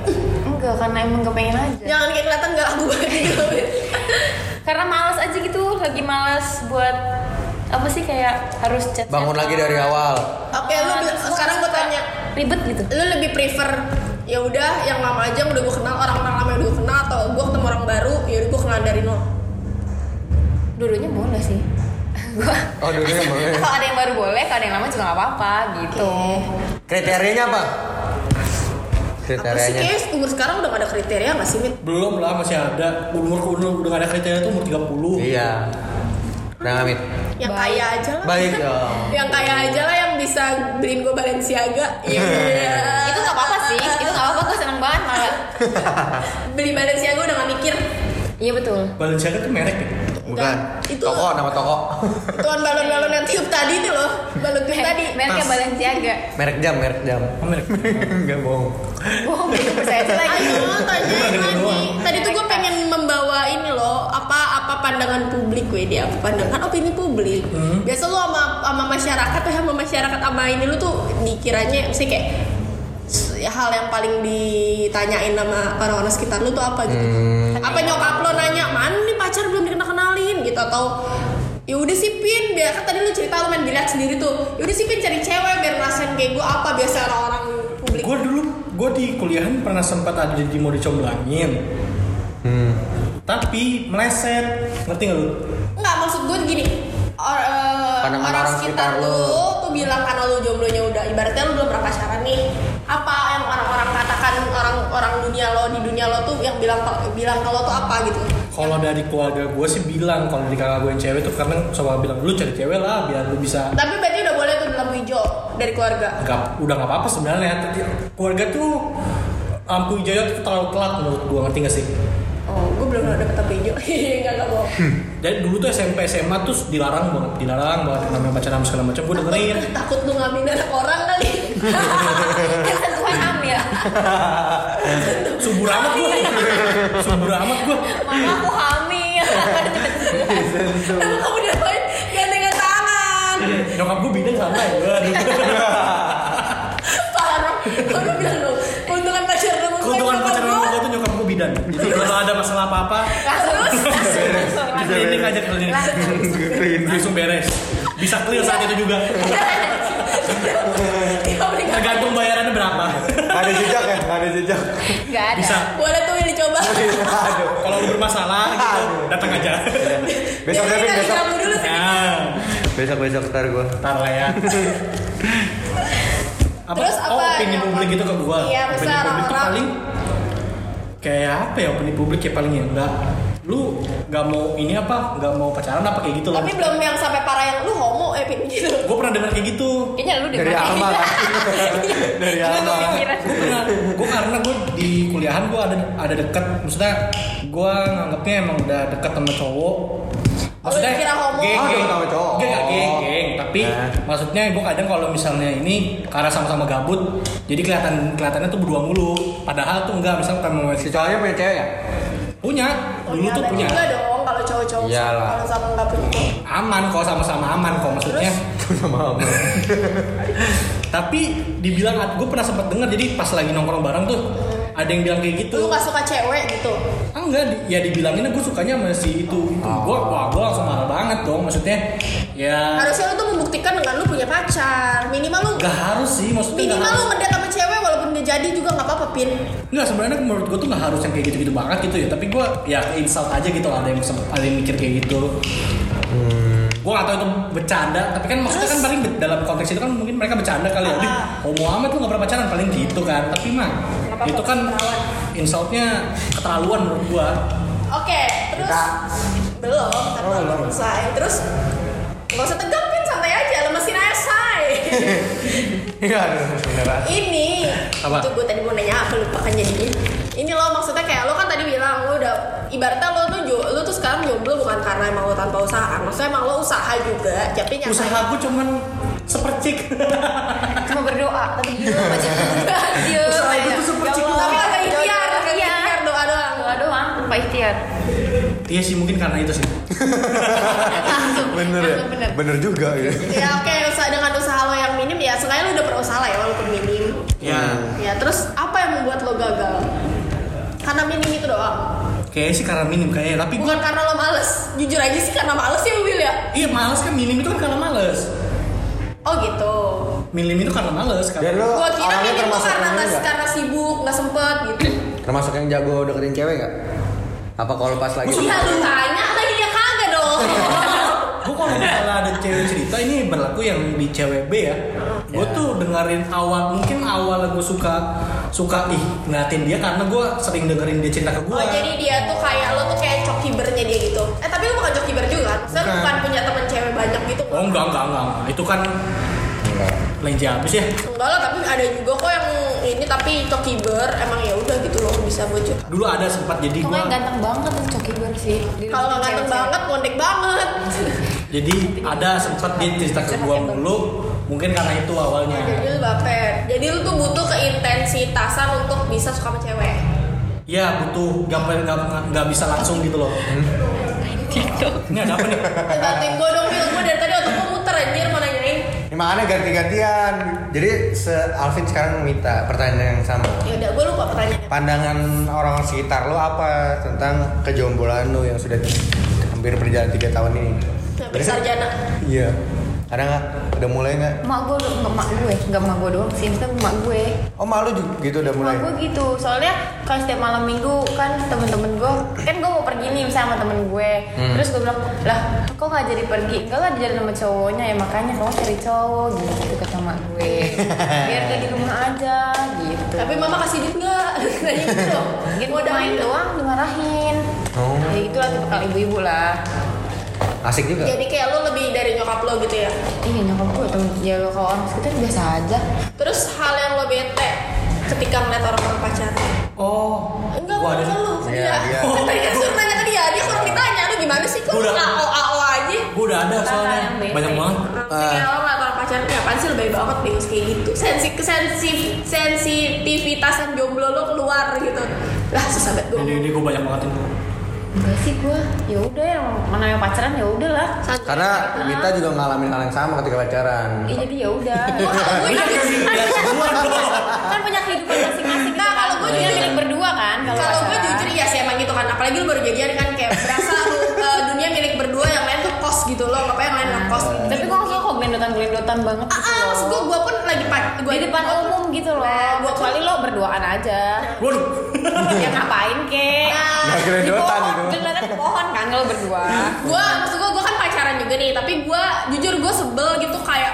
Enggak, karena emang kepengen aja.
jangan kayak kelihatan gak laku banget gitu
Ya, Karena malas aja gitu, lagi malas buat apa sih kayak harus chat.
Bangun lagi dari awal.
oke lu bi- sekarang gue tanya
Ribet gitu.
lu lebih prefer ya udah yang lama aja yang udah gue kenal orang-orang lama yang udah gue kenal atau gue ketemu orang baru ya udah gue kenal dari nol
Dua-duanya boleh sih. Gua
Oh,
ya,
dulunya boleh.
kalau ada yang baru boleh, kalau ada yang lama juga nggak apa-apa gitu.
Kriterianya apa?
apa sih
Kriterianya.
kayaknya umur sekarang udah gak ada kriteria gak sih Mit?
belum lah masih ada umur umur udah gak ada kriteria tuh umur 30
Iya. Nah, Amit.
yang
Baik.
kaya aja lah
Baik dong.
yang kaya aja lah yang bisa beliin gue Balenciaga iya
Eh, Itu nggak apa-apa sih, itu nggak apa-apa. Gue seneng banget malah.
beli Balenciaga udah gak mikir
Iya betul.
Balenciaga tuh merek ya
Bukan.
Itu-
Toko, nama toko.
tuan balon-balon yang tiup tadi itu loh balon tiup tadi
Mereknya Balenciaga.
merek jam, merek jam.
Oh, merek
Enggak bohong.
Bohong gitu percaya aja lagi.
Ayo tanyain
Dengerin
lagi.
doang.
Tadi tuh gue pengen membawa ini loh apa apa pandangan publik gue dia apa pandangan kan opini publik. Biasa lo sama sama masyarakat tuh sama masyarakat sama ini lu tuh dikiranya sih kayak s- hal yang paling ditanyain sama orang-orang sekitar lu tuh apa gitu. Apa nyokap lo nanya mana nih pacar belum dikenal kenalin gitu atau ya udah sih pin biar kan tadi lu cerita lu main biliar sendiri tuh ya udah sih pin cari cewek biar ngerasain kayak gue apa biasa orang-orang publik
gue dulu gue di kuliahan pernah sempat ada di mau dicomblangin
Hmm.
tapi meleset ngerti gak lu
Enggak, maksud gue gini. Or, eh, orang
Pandangan orang
sekitar
sekitar
lu
lu.
tuh bilang karena lu jomblonya udah ibaratnya lu belum pernah pacaran nih. Apa yang orang-orang katakan orang-orang dunia lo di dunia lo tuh yang bilang bilang kalau tuh apa gitu.
kalau dari keluarga gue sih bilang kalau dari kakak gue yang cewek tuh kadang coba bilang lu cari cewek lah biar lu bisa
Tapi berarti udah boleh tuh di lampu hijau dari keluarga.
nggak udah nggak apa-apa sebenarnya Tapi keluarga tuh lampu hijaunya tuh terlalu telat menurut gue ngerti gak sih
Oh, gue belum pernah dapet lampu hijau. Enggak enggak bohong.
jadi dulu tuh SMP SMA tuh dilarang banget dilarang banget yang namanya pacaran segala macam gue dengerin
Takut, takut lu ngambil anak orang kali.
Kan sentuhan hamil.
subur amat gue subur amat gue
Mama aku hamil.
Tapi kamu udah main gandengan tangan.
nyokap gue bidang sama ya
Parah. Kamu bilang dong. Keuntungan pacaran lu.
keuntungan
Kamu
pacaran
bilang,
gue tuh nyokap gue bidan jadi kalau ada masalah apa-apa
Langsung langsung langsung.
di klinik aja klinik
Langsung.
langsung beres bisa clear saat itu juga
Iya, mendingan.
tergantung bayarannya berapa
Nggak ada jejak ya? Nggak ada jejak.
Gak ada.
bisa
Boleh tuh yang dicoba.
Aduh.
kalau lu bermasalah gitu datang aja
Besok
Jadi
Kevin,
kita
besok.
digabung dulu sih.
nah
Besok besok ntar gue.
ntar lah ya apa,
Terus apa
oh, opini
yang-
publik itu ke gua
Iya,
opini
besar
publik itu
orang-orang.
paling kayak apa ya opini publik ya paling ya enggak lu nggak mau ini apa nggak mau pacaran apa kayak gitu loh
Tapi belum yang sampai parah yang lu homo eh pin gitu.
gue pernah dengar kayak gitu
Kayaknya lu deh.
Dari Alma kan? Dari Alma.
gue pernah gue karena gue di kuliahan gue ada ada dekat maksudnya gue nganggapnya emang udah dekat sama cowok maksudnya
dikira homo.
geng geng
Ah, dekat sama cowok.
Enggak, enggak, geng geng tapi
Nah.
maksudnya gue kadang kalau misalnya ini karena sama-sama gabut jadi kelihatan kelihatannya tuh berdua mulu padahal tuh enggak misalnya kamu
Si cowoknya punya cewek ya?
punya
Oh,
dulu
iya,
tuh punya
Enggak dong kalau cowok-cowok
Iyalah.
kalau sama enggak punya.
aman kok sama-sama aman kok maksudnya
Sama Alma.
tapi dibilang gue pernah sempat dengar jadi pas lagi nongkrong bareng tuh ada yang bilang kayak
Lu
gitu
gak suka cewek gitu.
Ah, enggak di- ya dibilanginnya gue sukanya sama si itu itu
Oh.
gue wah gue langsung marah banget dong maksudnya ya
Harusnya lu tuh membuktikan dengan lu punya pacar. Minimal lu
nggak harus sih maksudnya nggak
minimal lu
harus
ngedate sama cewek walaupun dia udah jadi juga nggak apa-apa pin
Enggak sebenarnya menurut gue tuh nggak harus yang kayak gitu-gitu banget gitu ya. Tapi gue ya insult aja gitu ada yang sempet- ada yang mikir kayak gitu.
Hmm.
Gue gak tau itu bercanda, tapi kan maksudnya kan paling be- dalam konteks itu kan mungkin mereka bercanda kali ya. Dih, homo amat lu gak pernah pacaran paling gitu kan. Tapi mah
Ah. Kenapa
itu
kok
kan
ketahuan?
insultnya keterlaluan menurut gue.
oke terus
Kita-
belum tapi
Oh, belum.
belum selesai terus nggak usah tegang pin santai aja lemesin aja say
Iya, aduh, beneran.
ini
Apa?
itu gue tadi mau nanya apa lupa kan jadinya ini loh maksudnya kayak lo kan tadi bilang lo udah ibaratnya lo tuh jo- lo tuh sekarang jomblo bukan karena emang lo tanpa usaha kan maksudnya emang lo usaha juga tapi nyatanya
Usaha gue cuman sepercik.
Cuma berdoa, tapi gitu aja. Dia
Usaha itu tuh seperti
Ya Allah.
tapi kagak ikhtiar
Doa-
kagak
iya.
ikhtiar doa doang
Doa doang, tanpa ikhtiar.
Iya sih mungkin karena itu sih.
Bener ya?
Langsung bener.
Bener juga ya.
ya oke usaha dengan usaha lo yang minim ya seenggaknya lo udah berusaha lah ya walaupun minim
Ya.
ya terus apa yang membuat lo gagal karena minim itu doang
Kayaknya sih karena minim kayaknya. Tapi gue
bukan karena lo males jujur aja sih karena males ya Will ya
iya males kan minim itu kan karena males.
oh gitu
Minim itu karena males kan.
Dan lo
gue kira minim
orangnya
tuh
termasuk
karena
yang ini nggak?
karena sibuk nggak sempet gitu
Termasuk yang jago deketin cewek nggak? Apa kalau pas lagi?
iya lu tanya lagi ya kagak dong
gue kalau misalnya ada cewek cerita ini berlaku yang di cewek B ya gue
Ya.
tuh dengerin awal mungkin awal gue suka suka ih ngeliatin dia karena gue sering dengerin dia cerita ke gue
oh jadi dia tuh kayak lo tuh kayak cokibernya dia gitu eh tapi lo bukan cokiber juga kan Maksudnya
Bukan.
bukan. punya teman cewek banyak gitu
oh enggak enggak enggak enggak. itu kan
Enggak.
lenje habis ya
enggak lah tapi ada juga kok yang ini tapi cokiber emang ya udah gitu loh bisa bocor
dulu ada sempat jadi gue
Pokoknya ganteng banget tuh Coki Bar sih. Di
kalau nggak ganteng
cewek-cewek.
banget ngondek banget
jadi ada sempat dia cerita ke gue mulu mungkin karena itu awalnya
jadi lu baper jadi lu tuh butuh keintensitasan untuk bisa suka sama cewek
ya butuh gak, nggak nggak bisa langsung gitu loh ini ada apa nih
Eh, bantuin gue dong Wil gue dari tadi otak gue muter anjir mau nanyain
Ini makanya ganti-gantian. Jadi se Alvin sekarang minta pertanyaan yang sama.
ya udah gue lupa pertanyaannya
Pandangan orang sekitar lo apa tentang kejombolan lo yang sudah hampir berjalan tiga tahun ini?
Hampir sarjana
Iya. Ada nggak? Udah mulai nggak?
Mak gue nggak mak gue, nggak mak gue doang sih, maksudnya mak gue.
Oh malu juga gitu udah mulai.
Mak gue gitu, soalnya kalau setiap malam minggu kan temen-temen gue, kan gue mau pergi nih misalnya sama temen gue,
Hmm.
terus gue bilang lah kok nggak jadi pergi, enggak lah dijalan sama cowoknya ya makanya kamu cari cowok gitu kata mak gue, biar dia di rumah aja gitu.
tapi mama kasih duit nggak nanya gitu dong
Mungkin
mau
main doang dimarahin.
Oh.
Ya itulah tipikal ibu-ibu lah.
Asik juga.
jadi kayak lo lebih dari nyokap lo gitu ya
Iya nyokap gue temen ya lo kalau orang sekitar biasa aja.
terus hal yang lo bete ketika ngeliat orang-orang pacaran
oh
Enggak,
gua ada
bukan lu,
Iya,
dia.
iya.
Kan Tadi kan suruh nanya ke dia, dia kurang ditanya, lu gimana sih kok
Udah.
AO AO aja?
gue udah ada soalnya
Tantangan bete.
banyak banget Eh,
Kayak orang orang pacaran kayak apaan sih lebay banget deh kayak gitu. Sensi kesensif sensitivitas yang jomblo lo keluar gitu. Lah susah banget gue.
jadi ini gue banyak banget itu
Enggak sih gue, ya udah yang mana yang pacaran ya udahlah.
Santai.
Karena Mita juga ngalamin hal yang sama ketika pacaran.
Iya jadi ya udah.
Wah, kalau gue juga- iya.
kan punya kehidupan masing-masing.
Nah, kalau gue
Ini
jujur-
milik berdua kan.
Kalau gue
pacaran.
jujur ya sih emang gitu kan Apalagi lu baru jadian kan Kayak berasa lu eh, dunia milik berdua Yang lain tuh kos gitu loh Ngapain yang lain ngekos
tapi gue langsung kok bendotan gelindotan banget
Ah,
gitu
ah, maksud gue
loh.
Gue pun lagi pa- gua
Di depan umum gitu loh.
Nah, gua-
Kecuali lo berduaan aja.
Waduh.
ya ngapain kek?
Nah,
Nggak
Di
gelindotan
pohon,
itu.
gelindotan di pohon kan lo berdua.
gue maksud gue gue kan pacaran juga nih tapi gue jujur gue sebel gitu kayak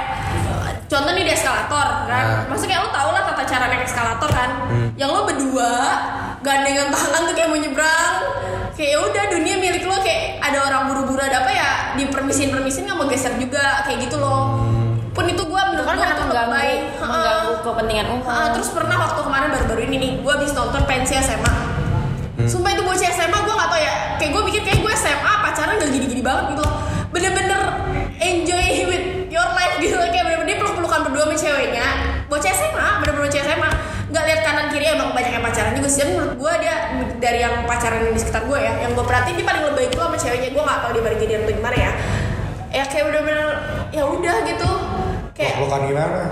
contoh nih di eskalator
Nah.
kan maksudnya lo tau lah tata cara naik eskalator kan yang lo berdua gandengan tangan tuh kayak mau nyebrang kayak ya udah dunia milik lo kayak ada orang buru-buru ada apa ya dipermisin permisin nggak mau geser juga kayak gitu loh pun itu gue
Itu
menurut
kan
gue
karena
itu
mengganggu,
lebay. Ha-ha.
mengganggu kepentingan umum.
Ah, terus pernah waktu kemarin baru-baru ini nih, gue habis nonton pensi SMA. Sumpah itu bocah SMA gue gak tau ya Kayak gue mikir kayak gue SMA pacaran gak gini-gini banget gitu loh. Bener-bener enjoy with your life gitu Kayak bener-bener dia peluk-pelukan berdua sama ceweknya Bocah SMA, bener-bener bocah SMA Gak lihat kanan kiri emang banyak yang pacaran juga sih Tapi menurut gue dia dari yang pacaran di sekitar gue ya Yang gue perhatiin dia paling lebay gue sama ceweknya Gue gak tau dia baru jadian atau gimana ya Ya kayak bener-bener ya udah gitu Kayak
Pelukan gimana?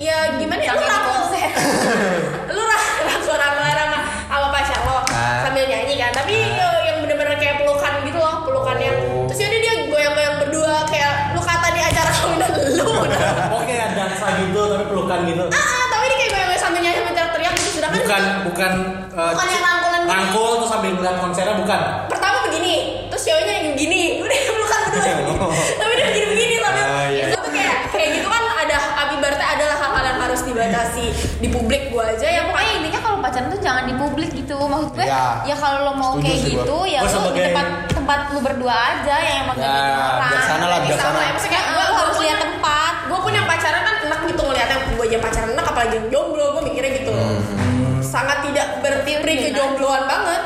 ya gimana ya lu
Sambil
rangkul
di
lu ra- rangkul rangkul sama sama pacar lo
Ah.
sambil nyanyi kan tapi eh, yang bener-bener kayak pelukan gitu loh pelukan yang
Oh.
terus yaudah dia goyang-goyang berdua kayak lu kata di acara kawinan lu
Oke, ada dansa gitu tapi pelukan gitu.
ah ah, tapi dia kayak goyang-goyang sambil nyanyi sama teater
bukan bukan eh,
Bukan yang rangkulan gini.
rangkul terus sambil ngeliat konsernya bukan
pertama begini terus ceweknya yang gini udah pelukan berdua tapi dia begini begini sambil
Oh. Ah, iya.
itu tuh kayak kayak gitu kan ada ibaratnya adalah hal-hal yang harus dibatasi di publik gua aja
ya
yang
pokoknya intinya kalau pacaran tuh jangan di publik gitu maksud gue
Ya.
ya, kalau lo mau
Setuju
kayak
sih gua.
gitu ya
Gua
lo di
sebagai-
tempat tempat lo berdua aja yang emang
Ya,
gak banyak orang
bijaksana lah,
Bisa,
bijaksana.
ya, maksudnya gue harus lihat tempat
gue pun yang pacaran kan enak gitu ngeliat yang gue aja pacaran enak apalagi yang jomblo gue mikirnya gitu
Hmm.
sangat tidak bertipri
Iya.
kejombloan banget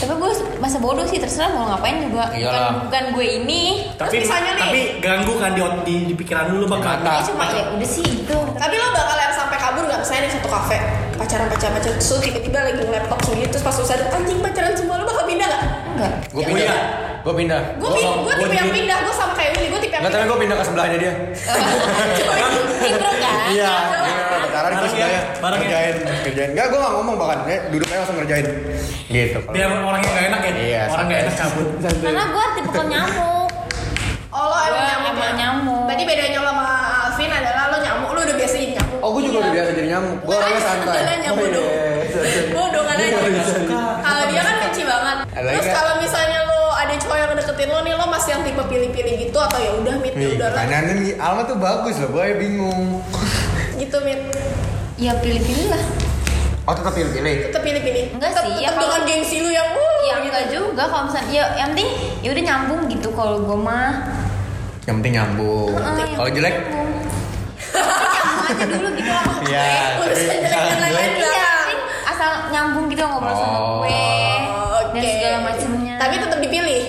tapi gue masa bodoh sih terserah mau ngapain juga bukan,
Iyalah.
bukan gue ini
Terus Iya,
tapi
misalnya nih-
tapi ganggu kan di, di, di pikiran dulu bakal
ya cuma ya udah sih itu
tapi lo bakal yang sampai kabur nggak misalnya di satu kafe pacaran pacaran pacaran terus lo tiba-tiba lagi nge-laptop sendiri terus pas lo sadar anjing pacaran semua lo bakal pindah nggak
enggak
Gue
Ya,
pindah.
iya.
Gue pindah.
gue pindah gue
gua
tipe yang
di-
pindah gue sama kayak Willy gue tipe yang
Enggak tapi
pindah
gue pindah ke sebelahnya dia.
Sindrom kan
Iya. Pacaran
Sindrom.
gue
Bareng ya,
sebelahnya.
bareng ya.
Kerjain, kerjain. Enggak, gue nggak ngomong bahkan. Kayak Duduk aja langsung ngerjain. Gitu. kalau-
biar orangnya nggak enak ya
Iya,
orang nggak enak
santai.
cabut
karena gue tipe nyamuk
oh lo emang
Gua
nyamuk
emang
ya?
nyamuk.
berarti bedanya lo sama Alvin adalah lo nyamuk lo udah biasa jadi nyamuk
Oh, gue juga udah biasa jadi nyamuk. Gue orangnya santai.
Nanya
Oh,
bodoh.
iya.
Bodoh kan aja. Kalau dia kan benci banget.
Ada
Terus
nggak?
kalau misalnya lo ada cowok yang deketin lo nih lo masih yang tipe pilih-pilih gitu atau ya udah mit ya
Nih,
udah lah
pertanyaannya nih, Alma tuh bagus loh, gue bingung.
gitu mit.
ya pilih-pilih lah
Oh, tetap pilih-pilih.
Tetap pilih-pilih.
Enggak
Tetap-
sih, ya
tetap
kalau-
dengan gengsi lu yang uh,
ya
gitu.
enggak juga kalau misalnya ya yang penting ya udah nyambung gitu kalau gue mah
Yang penting nyambung.
Heeh, yang
Oh. Kalau jelek,
nyambung. nyambung aja dulu gitu lah
Iya,
Eh, Urusan
tapi-
jelek-jelekan lain
Iya,
belakang.
penting asal nyambung gitu ngobrol sama
Oh.
gue
Oh, Oke.
dan segala macamnya
Tapi tetap dipilih.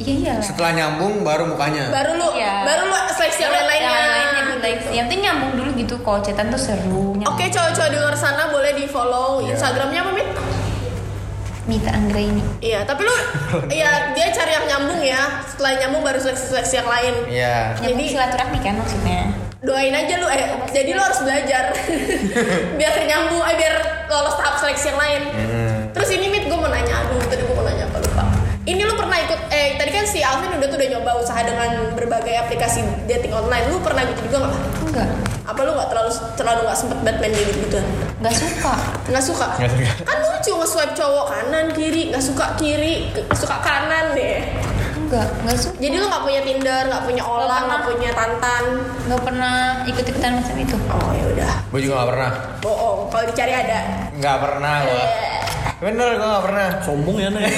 iya iya lah.
setelah nyambung baru mukanya.
Baru lu
Iya.
baru lu seleksi yang lain-lainnya.
Yang lainnya seleksi. yang penting nyambung dulu gitu kalau chatan tuh seru nyambung.
Oke, cowok-cowok di luar sana boleh di follow
Iya.
Instagramnya apa, Mit?
Mita Anggra ini
Iya, tapi lu, iya dia cari yang nyambung ya. Setelah nyambung baru seleksi-seleksi yang lain.
Iya.
nyambung
Jadi-
silaturahmi kan maksudnya
Doain aja lu, eh, jadi lu harus belajar biar nyambung, eh biar lolos tahap seleksi yang lain.
Hmm.
Terus ini Mit, gue mau nanya, aduh tadi gue mau nanya apa lupa. Ini lu pernah ikut, eh tadi kan si Alvin udah tuh udah nyoba usaha dengan berbagai aplikasi dating online. Lu pernah gitu juga nggak?
enggak
Apa lu nggak terlalu terlalu nggak sempet Batman gitu gituan?
enggak suka
Nggak suka?
Nggak suka.
Kan lucu nge-swipe cowok kanan kiri, nggak suka kiri, ke- suka kanan deh.
enggak enggak suka
Jadi lu nggak punya Tinder, nggak punya Ola, nggak
pernah.
punya Tantan.
enggak pernah ikut ikutan macam itu
Oh ya udah,
Gue juga gak pernah.
bohong. Kalau dicari ada.
Gak pernah
Iya.
gue. Bener, gue gak pernah.
sombong ya Nay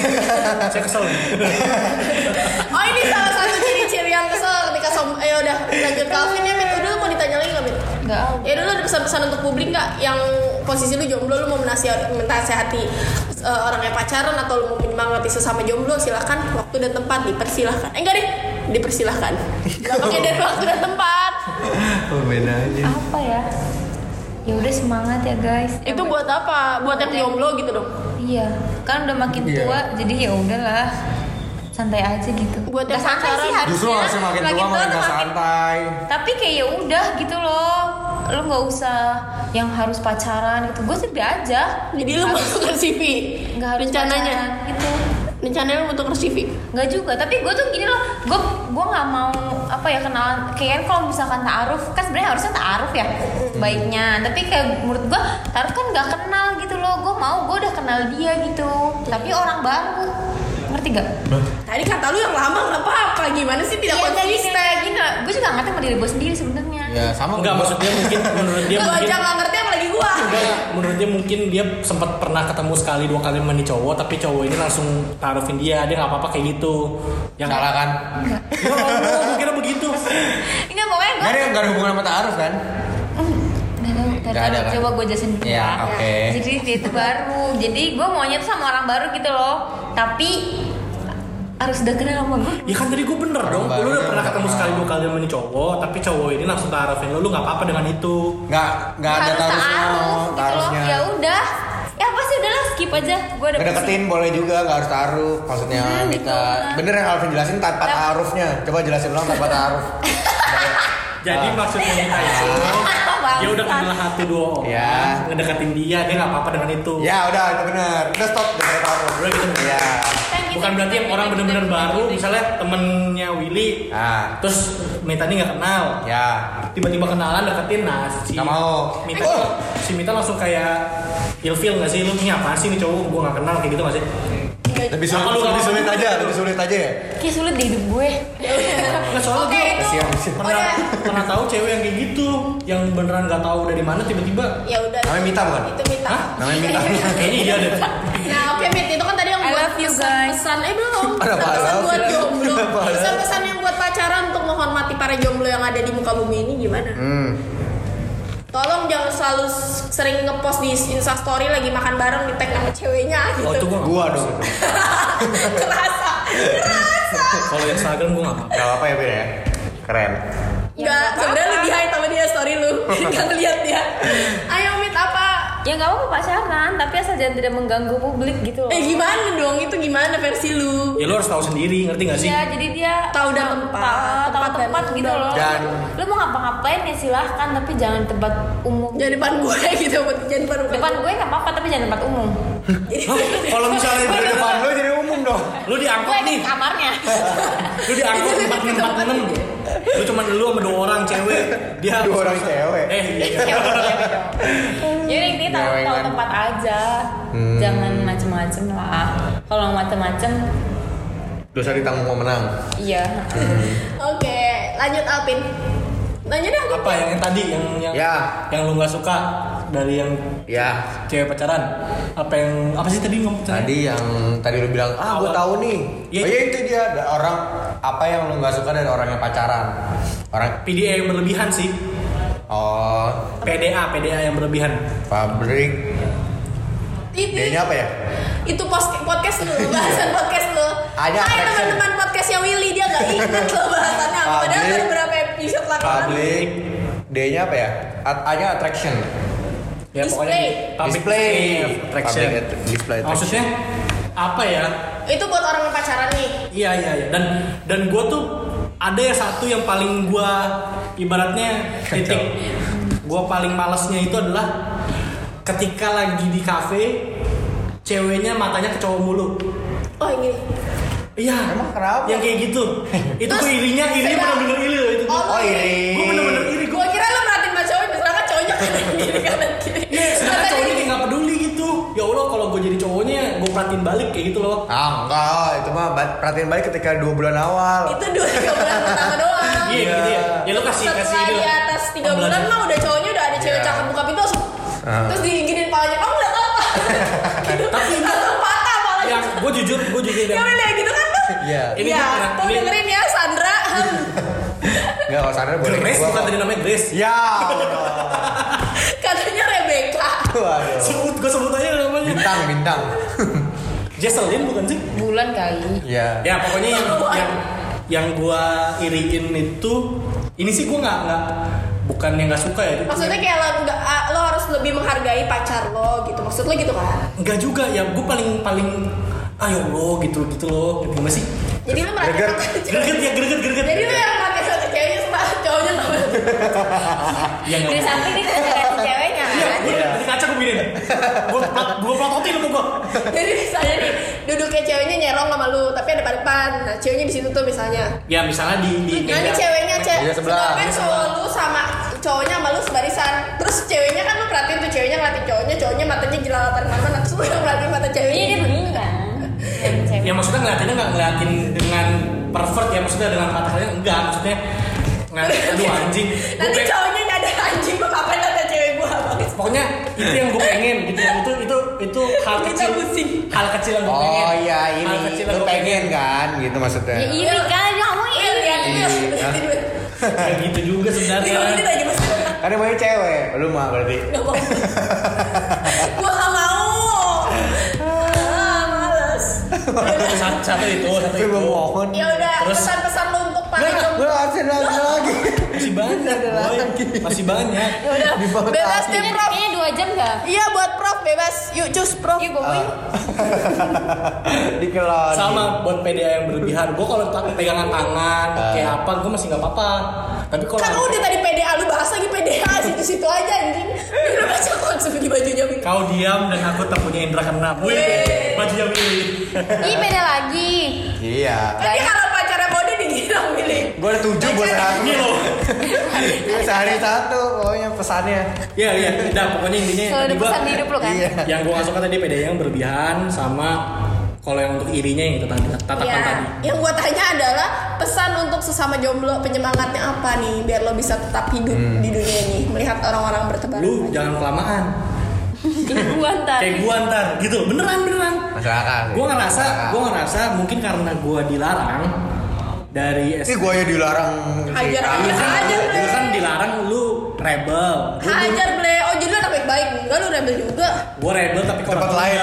saya kesel
Oh ini salah satu ciri-ciri yang kesel ketika som eh udah lanjut ke Alvin ya Mit udah lu mau ditanya lagi nggak Mit?
enggak
Ya dulu ada pesan-pesan untuk publik nggak yang posisi lu jomblo lu mau menasihati, menasihati eh, orang yang pacaran atau lu mau menyemangati sesama jomblo silakan waktu dan tempat dipersilahkan. Eh enggak deh dipersilahkan. Gak pakai dari waktu dan tempat.
Oh, beda aja.
apa ya ya udah semangat ya guys
Itu buat apa? Buat yang jomblo gitu dong.
iya kan udah makin
Iya.
tua jadi ya udahlah santai aja gitu
Buat
Nggak
yang
santai
pacaran.
sih harusnya
Justru harusnya makin tua makin
tuh
gak santai.
tapi kayak ya udah gitu loh lo nggak usah yang harus pacaran gitu gue sih aja
Jadi lu mau ke CV.
nggak harus
rencananya.
pacaran gitu
Rencananya lu untuk ke CV.
nggak juga tapi gue tuh gini loh gue gue nggak mau apa ya kenalan kayaknya kalau misalkan taaruf kan sebenarnya harusnya taaruf ya baiknya tapi kayak menurut gue taaruf kan nggak kenal gitu loh gue mau gue udah kenal dia gitu tapi orang baru ngerti gak?
Tadi kata lu yang lama nggak apa-apa gimana sih
Iya,
Iya,
tidak konsisten.
gue juga nggak ngerti sama diri gue sendiri sebenarnya
Ya, sama.
nggak
gua.
maksud dia mungkin menurut dia
Lu
mungkin
aja nggak ngerti apalagi gua.
Enggak, menurut dia mungkin dia sempat pernah ketemu sekali dua kali sama nih cowok tapi cowok ini langsung taruhin dia dia nggak apa-apa kayak gitu yang
Salah kan?
Ya Allah, mungkin begitu
enggak pokoknya
Gak
gue
ada, gak ada hubungan sama Ta'aruf kan?
Nggak tahu, nggak
Nggak ada
tahu.
kan?
Coba gue jelasin dulu ya.
Iya, oke.
Jadi dia itu baru. Jadi gue maunya tuh sama orang baru gitu loh. Tapi harus udah kenal sama gue.
ya kan tadi gue bener dong
Baru
lu udah
dia
pernah
udah
ketemu
kenal.
sekali dua kali sama nih cowok tapi cowok ini langsung taruhin lu lu nggak apa-apa dengan itu
Gak, gak ada
harus
Ta'arufnya.
taaruf gitu loh.
Ta'arufnya.
Ya udah. Ya pasti udahlah skip aja. Gue ada pusing.
Ngedeketin boleh juga, gak harus ta'aruf Maksudnya
Hmm, gitu
kita
lah.
Bener yang Alvin jelasin tanpa
Tapi-
ta'arufnya Coba jelasin ulang tanpa ta'aruf
jadi
Ah.
maksudnya kita itu dia udah
Bangsat.
kenal hati dua orang
Ya.
ngedeketin dia dia nggak apa-apa dengan itu
Ya udah, itu bener Udah stop, jangan ada ta'aruf
Udah gitu.
Ya
Kan gitu.
bukan berarti yang orang bener-bener baru misalnya temennya Willy
Ah.
terus Meta ini nggak kenal
Ya
tiba-tiba kenalan deketin nah si
Nggak mau.
Mita
Oh.
si Mita langsung kayak ilfil nggak sih lu ini apa sih nih cowok gue nggak kenal kayak gitu nggak sih
Lebih sulit,
Apa lu-
lebih sulit aja, lebih sulit aja ya.
Kayak sulit di hidup gue.
Nggak,
Eh, Oke,
soalnya gua-
itu.
Kasihan, kasihan.
pernah
Udah.
pernah tahu cewek yang kayak gitu yang beneran nggak tahu dari mana tiba-tiba
Ya udah.
Namanya Mita bukan?
Itu Mita.
Hah?
Namanya Mita.
kayaknya iya deh
Nah, oke Mit, itu kan tadi yang
I
buat
love you
pesan,
guys.
pesan eh belum.
Ada apa
pesan
love
buat
you?
jomblo.
Ada apa love?
Pesan pesan yang buat pacaran untuk menghormati para jomblo yang ada di muka bumi ini gimana?
Hmm.
Tolong jangan selalu s- sering ngepost di Insta story lagi makan bareng di tag nama ceweknya gitu.
oh itu gue
Gua dong.
Kerasa. Kerasa.
kalau Instagram gue nggak
Gak apa-apa ya, Bir ya. Keren.
Ya,
Enggak,
nggak
sebenarnya
apa-apa.
lebih high sama dia story lu. Enggak ngeliat dia. Ayo Mit apa?
Ya nggak apa-apa pacaran, tapi asal jangan tidak mengganggu publik gitu loh.
Eh gimana dong? Itu gimana versi lu?
ya
Iya.
lu harus tahu sendiri ngerti nggak sih
Iya, jadi dia
Tahu dan tempat,
tahu- tahu
tempat dan
tempat gitu
undang.
loh.
Dan-
lu mau ngapa-ngapain ya silahkan, tapi jangan tempat umum.
Jangan depan gue gitu, jangan depan gue.
Depan gue nggak apa-apa, tapi jangan tempat umum.
Hah? kalau misalnya di depan
Depan lu jadi umum dong.
lu
Gue
diangkut
di
nih
kamarnya.
lu diangkut empat empat enam lu cuman lu sama dua orang cewek dia
Dua orang cewek.
eh iya
Jadi ini tahu tahu
Cewengan.
tempat aja,
Hmm.
jangan macem-macem lah. Kalau macem-macem,
Dosa ditanggung pemenang.
iya.
Oke, lanjut Alpin. Lanjut deh Alpin.
apa yang, yang tadi yang yang
Ya.
yang lu nggak suka dari yang
Ya,
cewek pacaran apa yang apa sih tadi ngomong
Tadi yang tadi lu bilang, ah gue
Awal.
tahu nih.
Iya.
Oh, iya itu dia ada orang apa yang lu nggak suka dari orang yang pacaran. Orang
PDA yang berlebihan sih
oh
PDA PDA yang berlebihan
pabrik.
Itu,
D-nya apa ya?
itu pos- podcast lu, bahasan podcast lu.
Ada
Hai
action.
teman-teman podcastnya Willy, dia gak inget loh bahasannya apa. Padahal
Public.
baru berapa episode belakangan.
Pabrik. D-nya apa ya? A- A-nya attraction.
ya
Display.
pokoknya public
display.
attraction
Public att- display attraction.
maksudnya apa ya
Itu buat orang yang pacaran nih.
Iya iya iya dan dan gue tuh ada ya satu yang paling gue ibaratnya titik gue paling malesnya itu adalah ketika lagi di kafe ceweknya matanya ke cowok mulu
Oh yang gini.
iya
Emang kenapa?
yang kayak gitu itu
Terus,
tuh irinya irinya
sedang-
bener-bener iri loh itu
Oh,
Oh,
ini.
iri.
gue bener-bener iri gue
Gue kira lu merhatiin sama cowoknya, sedangkan cowoknya kanan kiri
Iya,
kanan kiri.
Iya, sedangkan
Matanya
cowoknya
gini.
kayak gak peduli gitu ya allah kalau gue jadi cowoknya gue perhatiin balik kayak gitu loh
Ah enggak, itu mah ba- perhatiin baik ketika dua bulan awal.
Itu dua tiga bulan pertama doang.
iya gitu ya ya lo kasih kasih
setelah
ini
di
lah.
atas tiga bulan
Pembelajaran.
mah udah cowoknya udah ada cewek
Iya.
cakep buka pintu langsung
Ah.
terus diginin palanya kamu udah apa gitu
Tapi-
langsung patah palanya
yang gue jujur gue jujur
ya
yang
udah gitu kan tuh
Iya.
Ini
ya
tuh orang-
tuh
ini- Iya.
dengerin ya Sandra Hmm.
Enggak, kalau sadar boleh.
Grace
Gua-
bukan tadi namanya Grace Iya,
Ya. Allah.
katanya Rebecca
Waduh.
sebut gue sebut aja namanya
Bintang, bintang.
Jesselyn bukan sih
Bulan kali.
Iya.
ya pokoknya yang
Wah.
yang, yang gue iriin itu ini sih gue nggak nggak bukan yang nggak suka ya
maksudnya kayak lo nggak ah, lo harus lebih menghargai pacar lo gitu maksud lo gitu kan
nggak juga ya gue paling paling ayo lo gitu gitu lo gitu gimana sih
jadi lo merhatiin
Greget.
sama cewek.
greget ya greget greget
jadi lo yang merhatiin sama ceweknya setelah cowoknya sama
ya
Di
nggak
samping ini kasih ceweknya
Iya,
kan.
gue
Iya.
dari kaca gue gini Gue gue pelototin sama gue
jadi misalnya nih duduknya ceweknya nyerong sama lu tapi ada depan depan nah ceweknya di situ tuh misalnya
Ya misalnya di di
Nanti ceweknya
Iya,
cewek
sebelah.
sedangkan cowok lu sama cowoknya sama lu sebarisan. Terus ceweknya kan lu perhatiin tuh ceweknya ngeliatin cowoknya, cowoknya matanya jelalatan mana-mana. Terus lu yang perhatiin mata
Jadi dia
ceweknya.
bingung kan. Yang cewek.
Ya maksudnya ngeliatinnya nggak ngeliatin dengan pervert ya maksudnya dengan kata-katanya enggak maksudnya ngeliatin aduh anjing. Gua
Nanti
pengen-
cowoknya nyadar anjing gua kapan kata cewek gua apa gitu.
pokoknya itu yang gue pengen gitu itu itu itu hal
Kita
kecil
pusing.
hal kecil yang gue pengen
Oh iya
hal
ini
kecil yang
lu
gua
pengen kan gitu maksudnya.
Ya iri kan, dia ngomong
Iya,
iri.
lihat itu.
Iya.
Kayak gitu juga sebenarnya
Lima menit aja masih
Karena banyak Kan cewek, lu mah berarti.
Iya.
Gak mau. Gua gak mau. Ah, males.
satu, satu itu satu
Tapi
itu
bohong.
Iya,
Ya udah,
Terus-
pesan-pesan lu untuk para
iya.
Nggak,
jomblo.
Gue absen lagi lagi.
masih banyak boy masih banyak
Ya udah,
Dibawa
bebas
tadi.
deh, Prof.
Kayaknya dua jam Iya, gak?
Iya buat prof bebas. Yuk cus prof.
Yuk bawa yuk.
Dikelola.
sama buat PDA yang berlebihan gue kalau tak- pegangan tangan
Ah.
kayak apa gue masih nggak apa-apa tapi kalau
Kan udah tadi PDA lu bahas lagi PDA situ situ aja anjing. Udah baca konsep di bajunya Willy.
kau diam dan aku tak punya indera keenam wih
Wih.
bajunya wih
Ih beda lagi.
Iya.
Kan Tadi kalau pacarnya mode digilang Willy.
Gue ada tujuh buat
Iya.
Baca-
aku.
ini loh
sehari satu pokoknya pesannya
Iya iya. Nah pokoknya intinya
Kalau ada
tadi gua-
pesan di hidup lo kan?
iya
yang gue gak suka tadi PD yang berlebihan sama kalau yang untuk irinya yang itu tadi tatapan
Iya.
tadi.
Yang gue tanya adalah pesan untuk sesama jomblo penyemangatnya apa nih biar lo bisa tetap hidup di dunia ini melihat orang-orang bertebaran.
Lu jangan kelamaan.
Gua ntar.
Kayak gua ntar gitu. Beneran beneran.
masyarakat
Gue ngerasa, gue ngerasa mungkin karena gue dilarang dari
sih
SD.
gua ya dilarang
Hajar
Lu
aja,
kan,
hajar
lu kan
bre.
dilarang lu rebel.
Hajar bre. Oh jadi lu anak baik-baik enggak lu rebel juga.
Gue rebel tapi kalau
tempat lain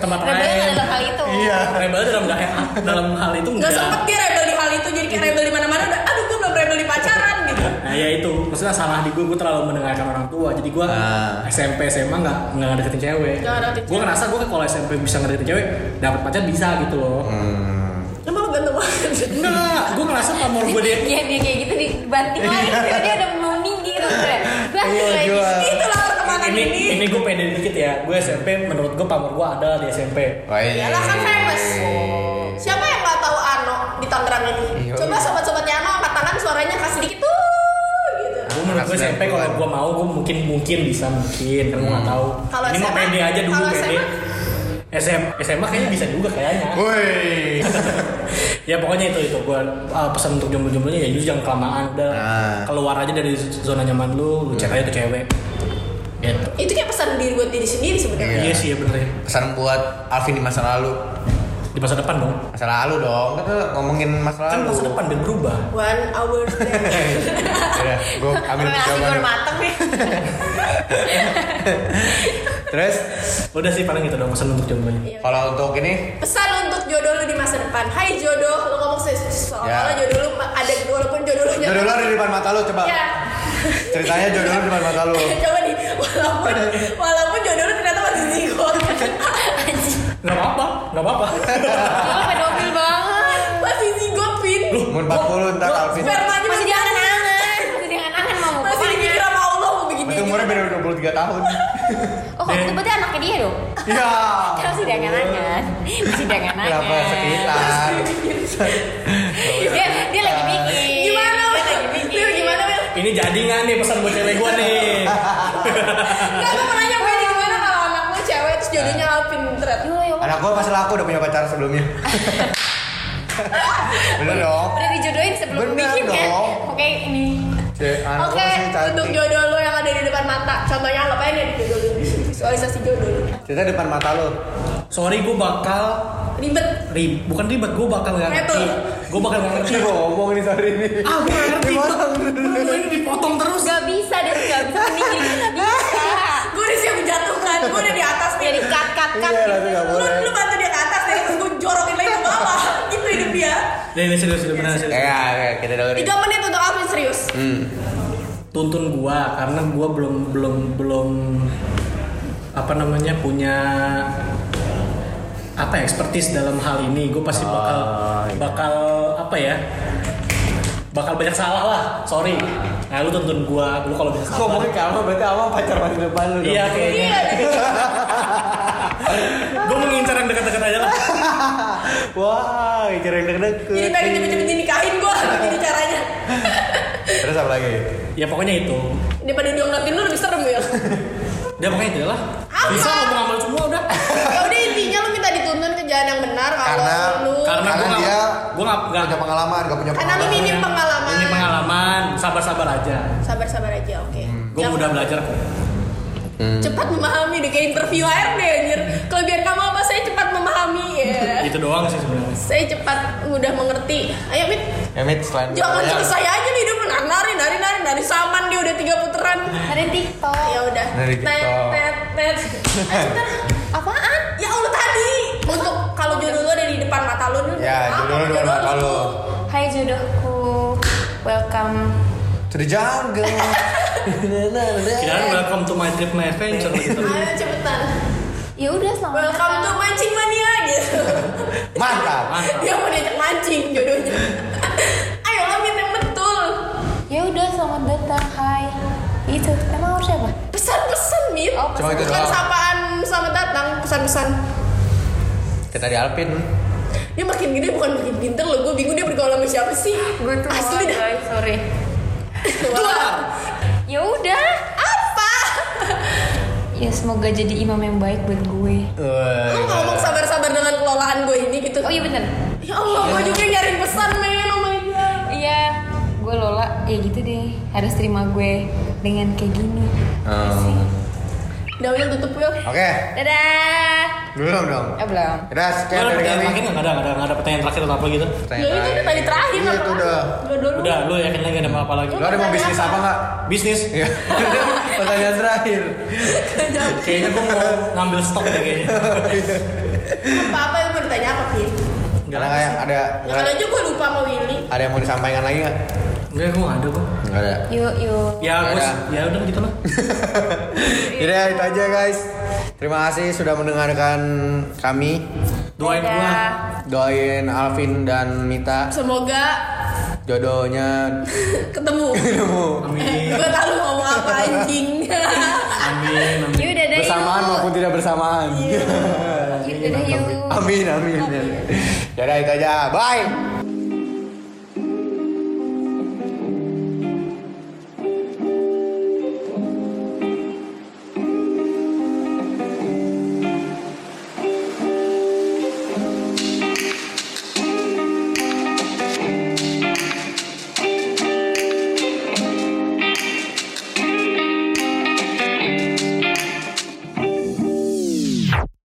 Tempat
Rebel
lain.
dalam hal itu.
Iya. Rebel dalam gak dalam hal itu
Enggak
enggak.
sempet dia rebel di hal itu jadi kayak rebel di mana-mana udah aduh gue belum rebel di pacaran gitu.
Nah ya itu, maksudnya salah di gue, gue terlalu mendengarkan orang tua Jadi gue
Ah.
SMP, SMA nggak nggak deketin cewek
Nggak deketin
Gue
cewek.
ngerasa gue kalau SMP bisa ngedeketin cewek, dapat pacar bisa gitu loh
Hmm.
Emang lu ganteng banget.
Enggak, gue ngerasa pamor gue deh
Iya dia kayak gitu dibanting lagi Kan dia udah mau minggir ya. tuh bre. Banting
Iya,
lagi.
jual.
Itulah pertemanan
Ini,
ini.
ini gue pede dikit ya, gue SMP menurut gue pamor gue ada di SMP
Iyalah kan famous. Siapa yang nggak tahu Ano di Tangerang ini?
Iya.
Coba sobat-sobatnya Ano angkat tangan suaranya kasih dikit tuh gitu.
Gue menurut gue SMP kalau gue mau, gue mungkin mungkin bisa mungkin, kan gue nggak tahu
Hmm. Kalau
Ini mah
SMA?
pede aja dulu,
Kalau
pede
SMA?
SM, SMA kayaknya
Hmm.
bisa juga kayaknya
Woi,
ya pokoknya itu itu gue pesan untuk jomblo-jomblonya ya lu jangan kelamaan udah
Ah.
keluar aja dari zona nyaman lu lu
Hmm.
cek aja tuh cewek gitu
Itu kayak pesan diri buat diri sendiri sebenarnya.
Iya.
iya sih ya bener ya
pesan buat Alvin di masa lalu.
di masa depan dong
Masa lalu dong, kita ngomongin masa
kan
lalu.
masa depan biar berubah
Iya.
One hour stand.
Ya, gua ambil
Sampai nasi
jawaban.
goreng mateng nih.
Terus
udah sih paling itu dong pesan untuk jomblonya
Iya.
kalau untuk ini
Pesan untuk jodoh lu di masa depan. Hai jodoh, lu ngomong sesuatu soalnya
Ya.
jodoh lu ada walaupun jodoh
Iya.
lu
jodoh lu ada di depan mata lu coba.
Ya.
Ceritanya jodoh lu di depan mata lu.
Coba nih, walaupun walaupun jodoh lu ternyata masih zigot.
nggak apa-apa nggak apa-apa
Gua pedofil banget.
masih zigot, Pin.
Umur 40 ntar Alvin.
Spermanya
Masih
masih
di angan-angan. Masih di angan-angan mau mau
masih
kemana.
dipikir sama Allah mau bikin
Itu umurnya beda 23 tahun.
Oh kalau itu berarti anaknya dia dong.
Iya.
Kan masih di angan-angan. Masih di angan-angan.
Kenapa sekitar? Nah.
Dia dia lagi mikir.
Gimana?
Dia lagi
Wil?
mikir.
Wil, gimana, Wil?
ini jadi nggak nih pesan buat cewek gue nih
Enggak, gue pernah nyobain ini gimana kalau anak lu cewek terus jodohnya
Nah.
Alvin ternyata.
Yo, yo.
Anak gua pasti laku udah punya pacar sebelumnya. Bener dong.
Udah dijodohin sebelum
Bener
bikin kan?
dong.
Oke ini.
Cek, anak
Oke,
gua pasti
untuk
cantik.
jodoh lu yang ada di depan mata. Contohnya apa yang ada di jodoh lu? Visualisasi jodoh lu.
Cerita depan mata lu.
sorry gue bakal
Ribet.
rib bukan ribet gue bakal nggak ngerti
Rebel.
gue bakal nggak ngerti
Ini gua ngomong nih sorry nih.
ah gue nggak ngerti
Dipotong.
Gua ini dipotong terus
Gak bisa deh, gak bisa mikir. Gak bisa.
Gue udah siap jatuhkan, gue udah di atas nih.
Jadi cut cut cut.
Iya,
gitu.
langsung gak
Lu,
boleh.
lu bantu dia ke atas deh, terus gue jorokin lagi ke bawah. Gitu hidup dia.
ya ini serius serius benar serius
Ya, ya, kita dengerin.
Tiga menit untuk Alvin serius.
Hmm.
tuntun gua karena gua belum belum belum apa namanya punya apa ya, expertise dalam hal ini gue pasti bakal
Ah, iya.
bakal apa ya bakal banyak salah lah sorry nah lu tuntun gua lu kalau bisa salah
Ngomongin kamu berarti apa pacar masa depan lu dong.
iya kayaknya
Iya,
gue mengincar yang dekat-dekat aja lah
Wah, kira yang
jadi
deket-deket.
pengen cepet-cepet dinikahin gue, begini caranya.
Terus apa lagi?
ya pokoknya itu
Daripada dia ngeliatin lu lebih serem ya.
dia pokoknya itu ya lah
Ah.
Apa?
bisa ngomong ngomong semua udah
Ya udah intinya lu minta dituntun ke jalan yang benar kalau
Karena-
lu
karena,
Karena
gua
dia
gue nggak nggak
Gak punya pengalaman, gak punya
karena lu
pengalaman.
minim pengalaman.
ini pengalaman sabar-sabar aja
Sabar-sabar aja, oke.
Hmm,
gue
Jangan-
udah belajar kok
cepat memahami deh kayak interview HRD anjir. Kelebihan kamu apa? Saya cepat memahami ya.
itu doang sih sebenarnya
Saya cepat mudah mengerti. Ayo Mit,
Emit selain
jangan
Iya.
terus saya aja nih hidup nari nari nari nari nari saman dia udah tiga puteran.
Ada TikTok.
Ya udah.
Nari
Tet
TikTok.
tet tet. Ayo, bentar.
Apaan?
Ya Allah tadi. Untuk kalau jodoh lu ada di depan mata lu. lu
Ya,
apa?
jodoh lu di depan mata lu.
Hai jodohku. Welcome.
Sudah jaga.
Kirain
Iya.
welcome to my trip my adventure gitu.
Ayo cepetan.
Ya udah selamat.
Welcome to mancing mania gitu.
Mantap.
Dia mau diajak mancing jodohnya. Ayo lo Mit yang betul.
Ya udah selamat datang. Hai. Itu emang harus siapa?
Pesan-pesan Mit.
Oh,
Cuma itu
Bukan
doang.
sapaan selamat datang, pesan-pesan.
Kita di Alpin.
Dia makin gede bukan makin pinter loh. Gue bingung dia bergaul sama siapa sih.
Gue tuh
Asli dah.
sorry. Ya semoga jadi imam yang baik buat gue
Wah,
Lu ngomong sabar-sabar dengan kelolaan gue ini gitu.
oh iya bener
Ya Allah,
Iya.
gue juga nyariin pesan, men. Oh my god.
iya gue lola ya gitu deh harus terima gue dengan kayak gini
um,
Daunnya tutup, Will.
Oke,
dadah
belum dong.
eh belum
Udah sekian
Lu ada
dari
pertanyaan
kami.
terakhir nggak? Nggak ada, nggak ada, nggak ada pertanyaan terakhir atau apa gitu.
Ya itu udah tadi terakhir.
Iya,
apa?
itu udah.
Dua-dua lu.
Udah, lu yakin lagi ada mau apa lagi?
Lo ada mau bisnis apa nggak?
Bisnis?
Iya. Pertanyaan terakhir.
Kayaknya gua mau ngambil stok deh kayaknya.
Apa-apa yang mau ditanya apa, Pin?
Ada nggak yang ada?
Ya kan aja gue lupa sama Willy.
Ada yang mau disampaikan lagi nggak?
Enggak, gua nggak ada kok.
Nggak ada.
yuk yuk
Ya, gua,
Ada.
ya udah gitu lah.
Jadi ya, itu aja guys. Terima kasih sudah mendengarkan kami.
Doain gua.
Dadah.
Doain Alvin dan Mita
Semoga
jodohnya
ketemu.
ketemu
Amin.
gue tahu lu ngomong apa anjing.
Amin. amin.
yuk dadah yuk
bersamaan maupun tidak bersamaan.
yuk dadah yuk
Amin amin. Yaudah itu aja. Bye.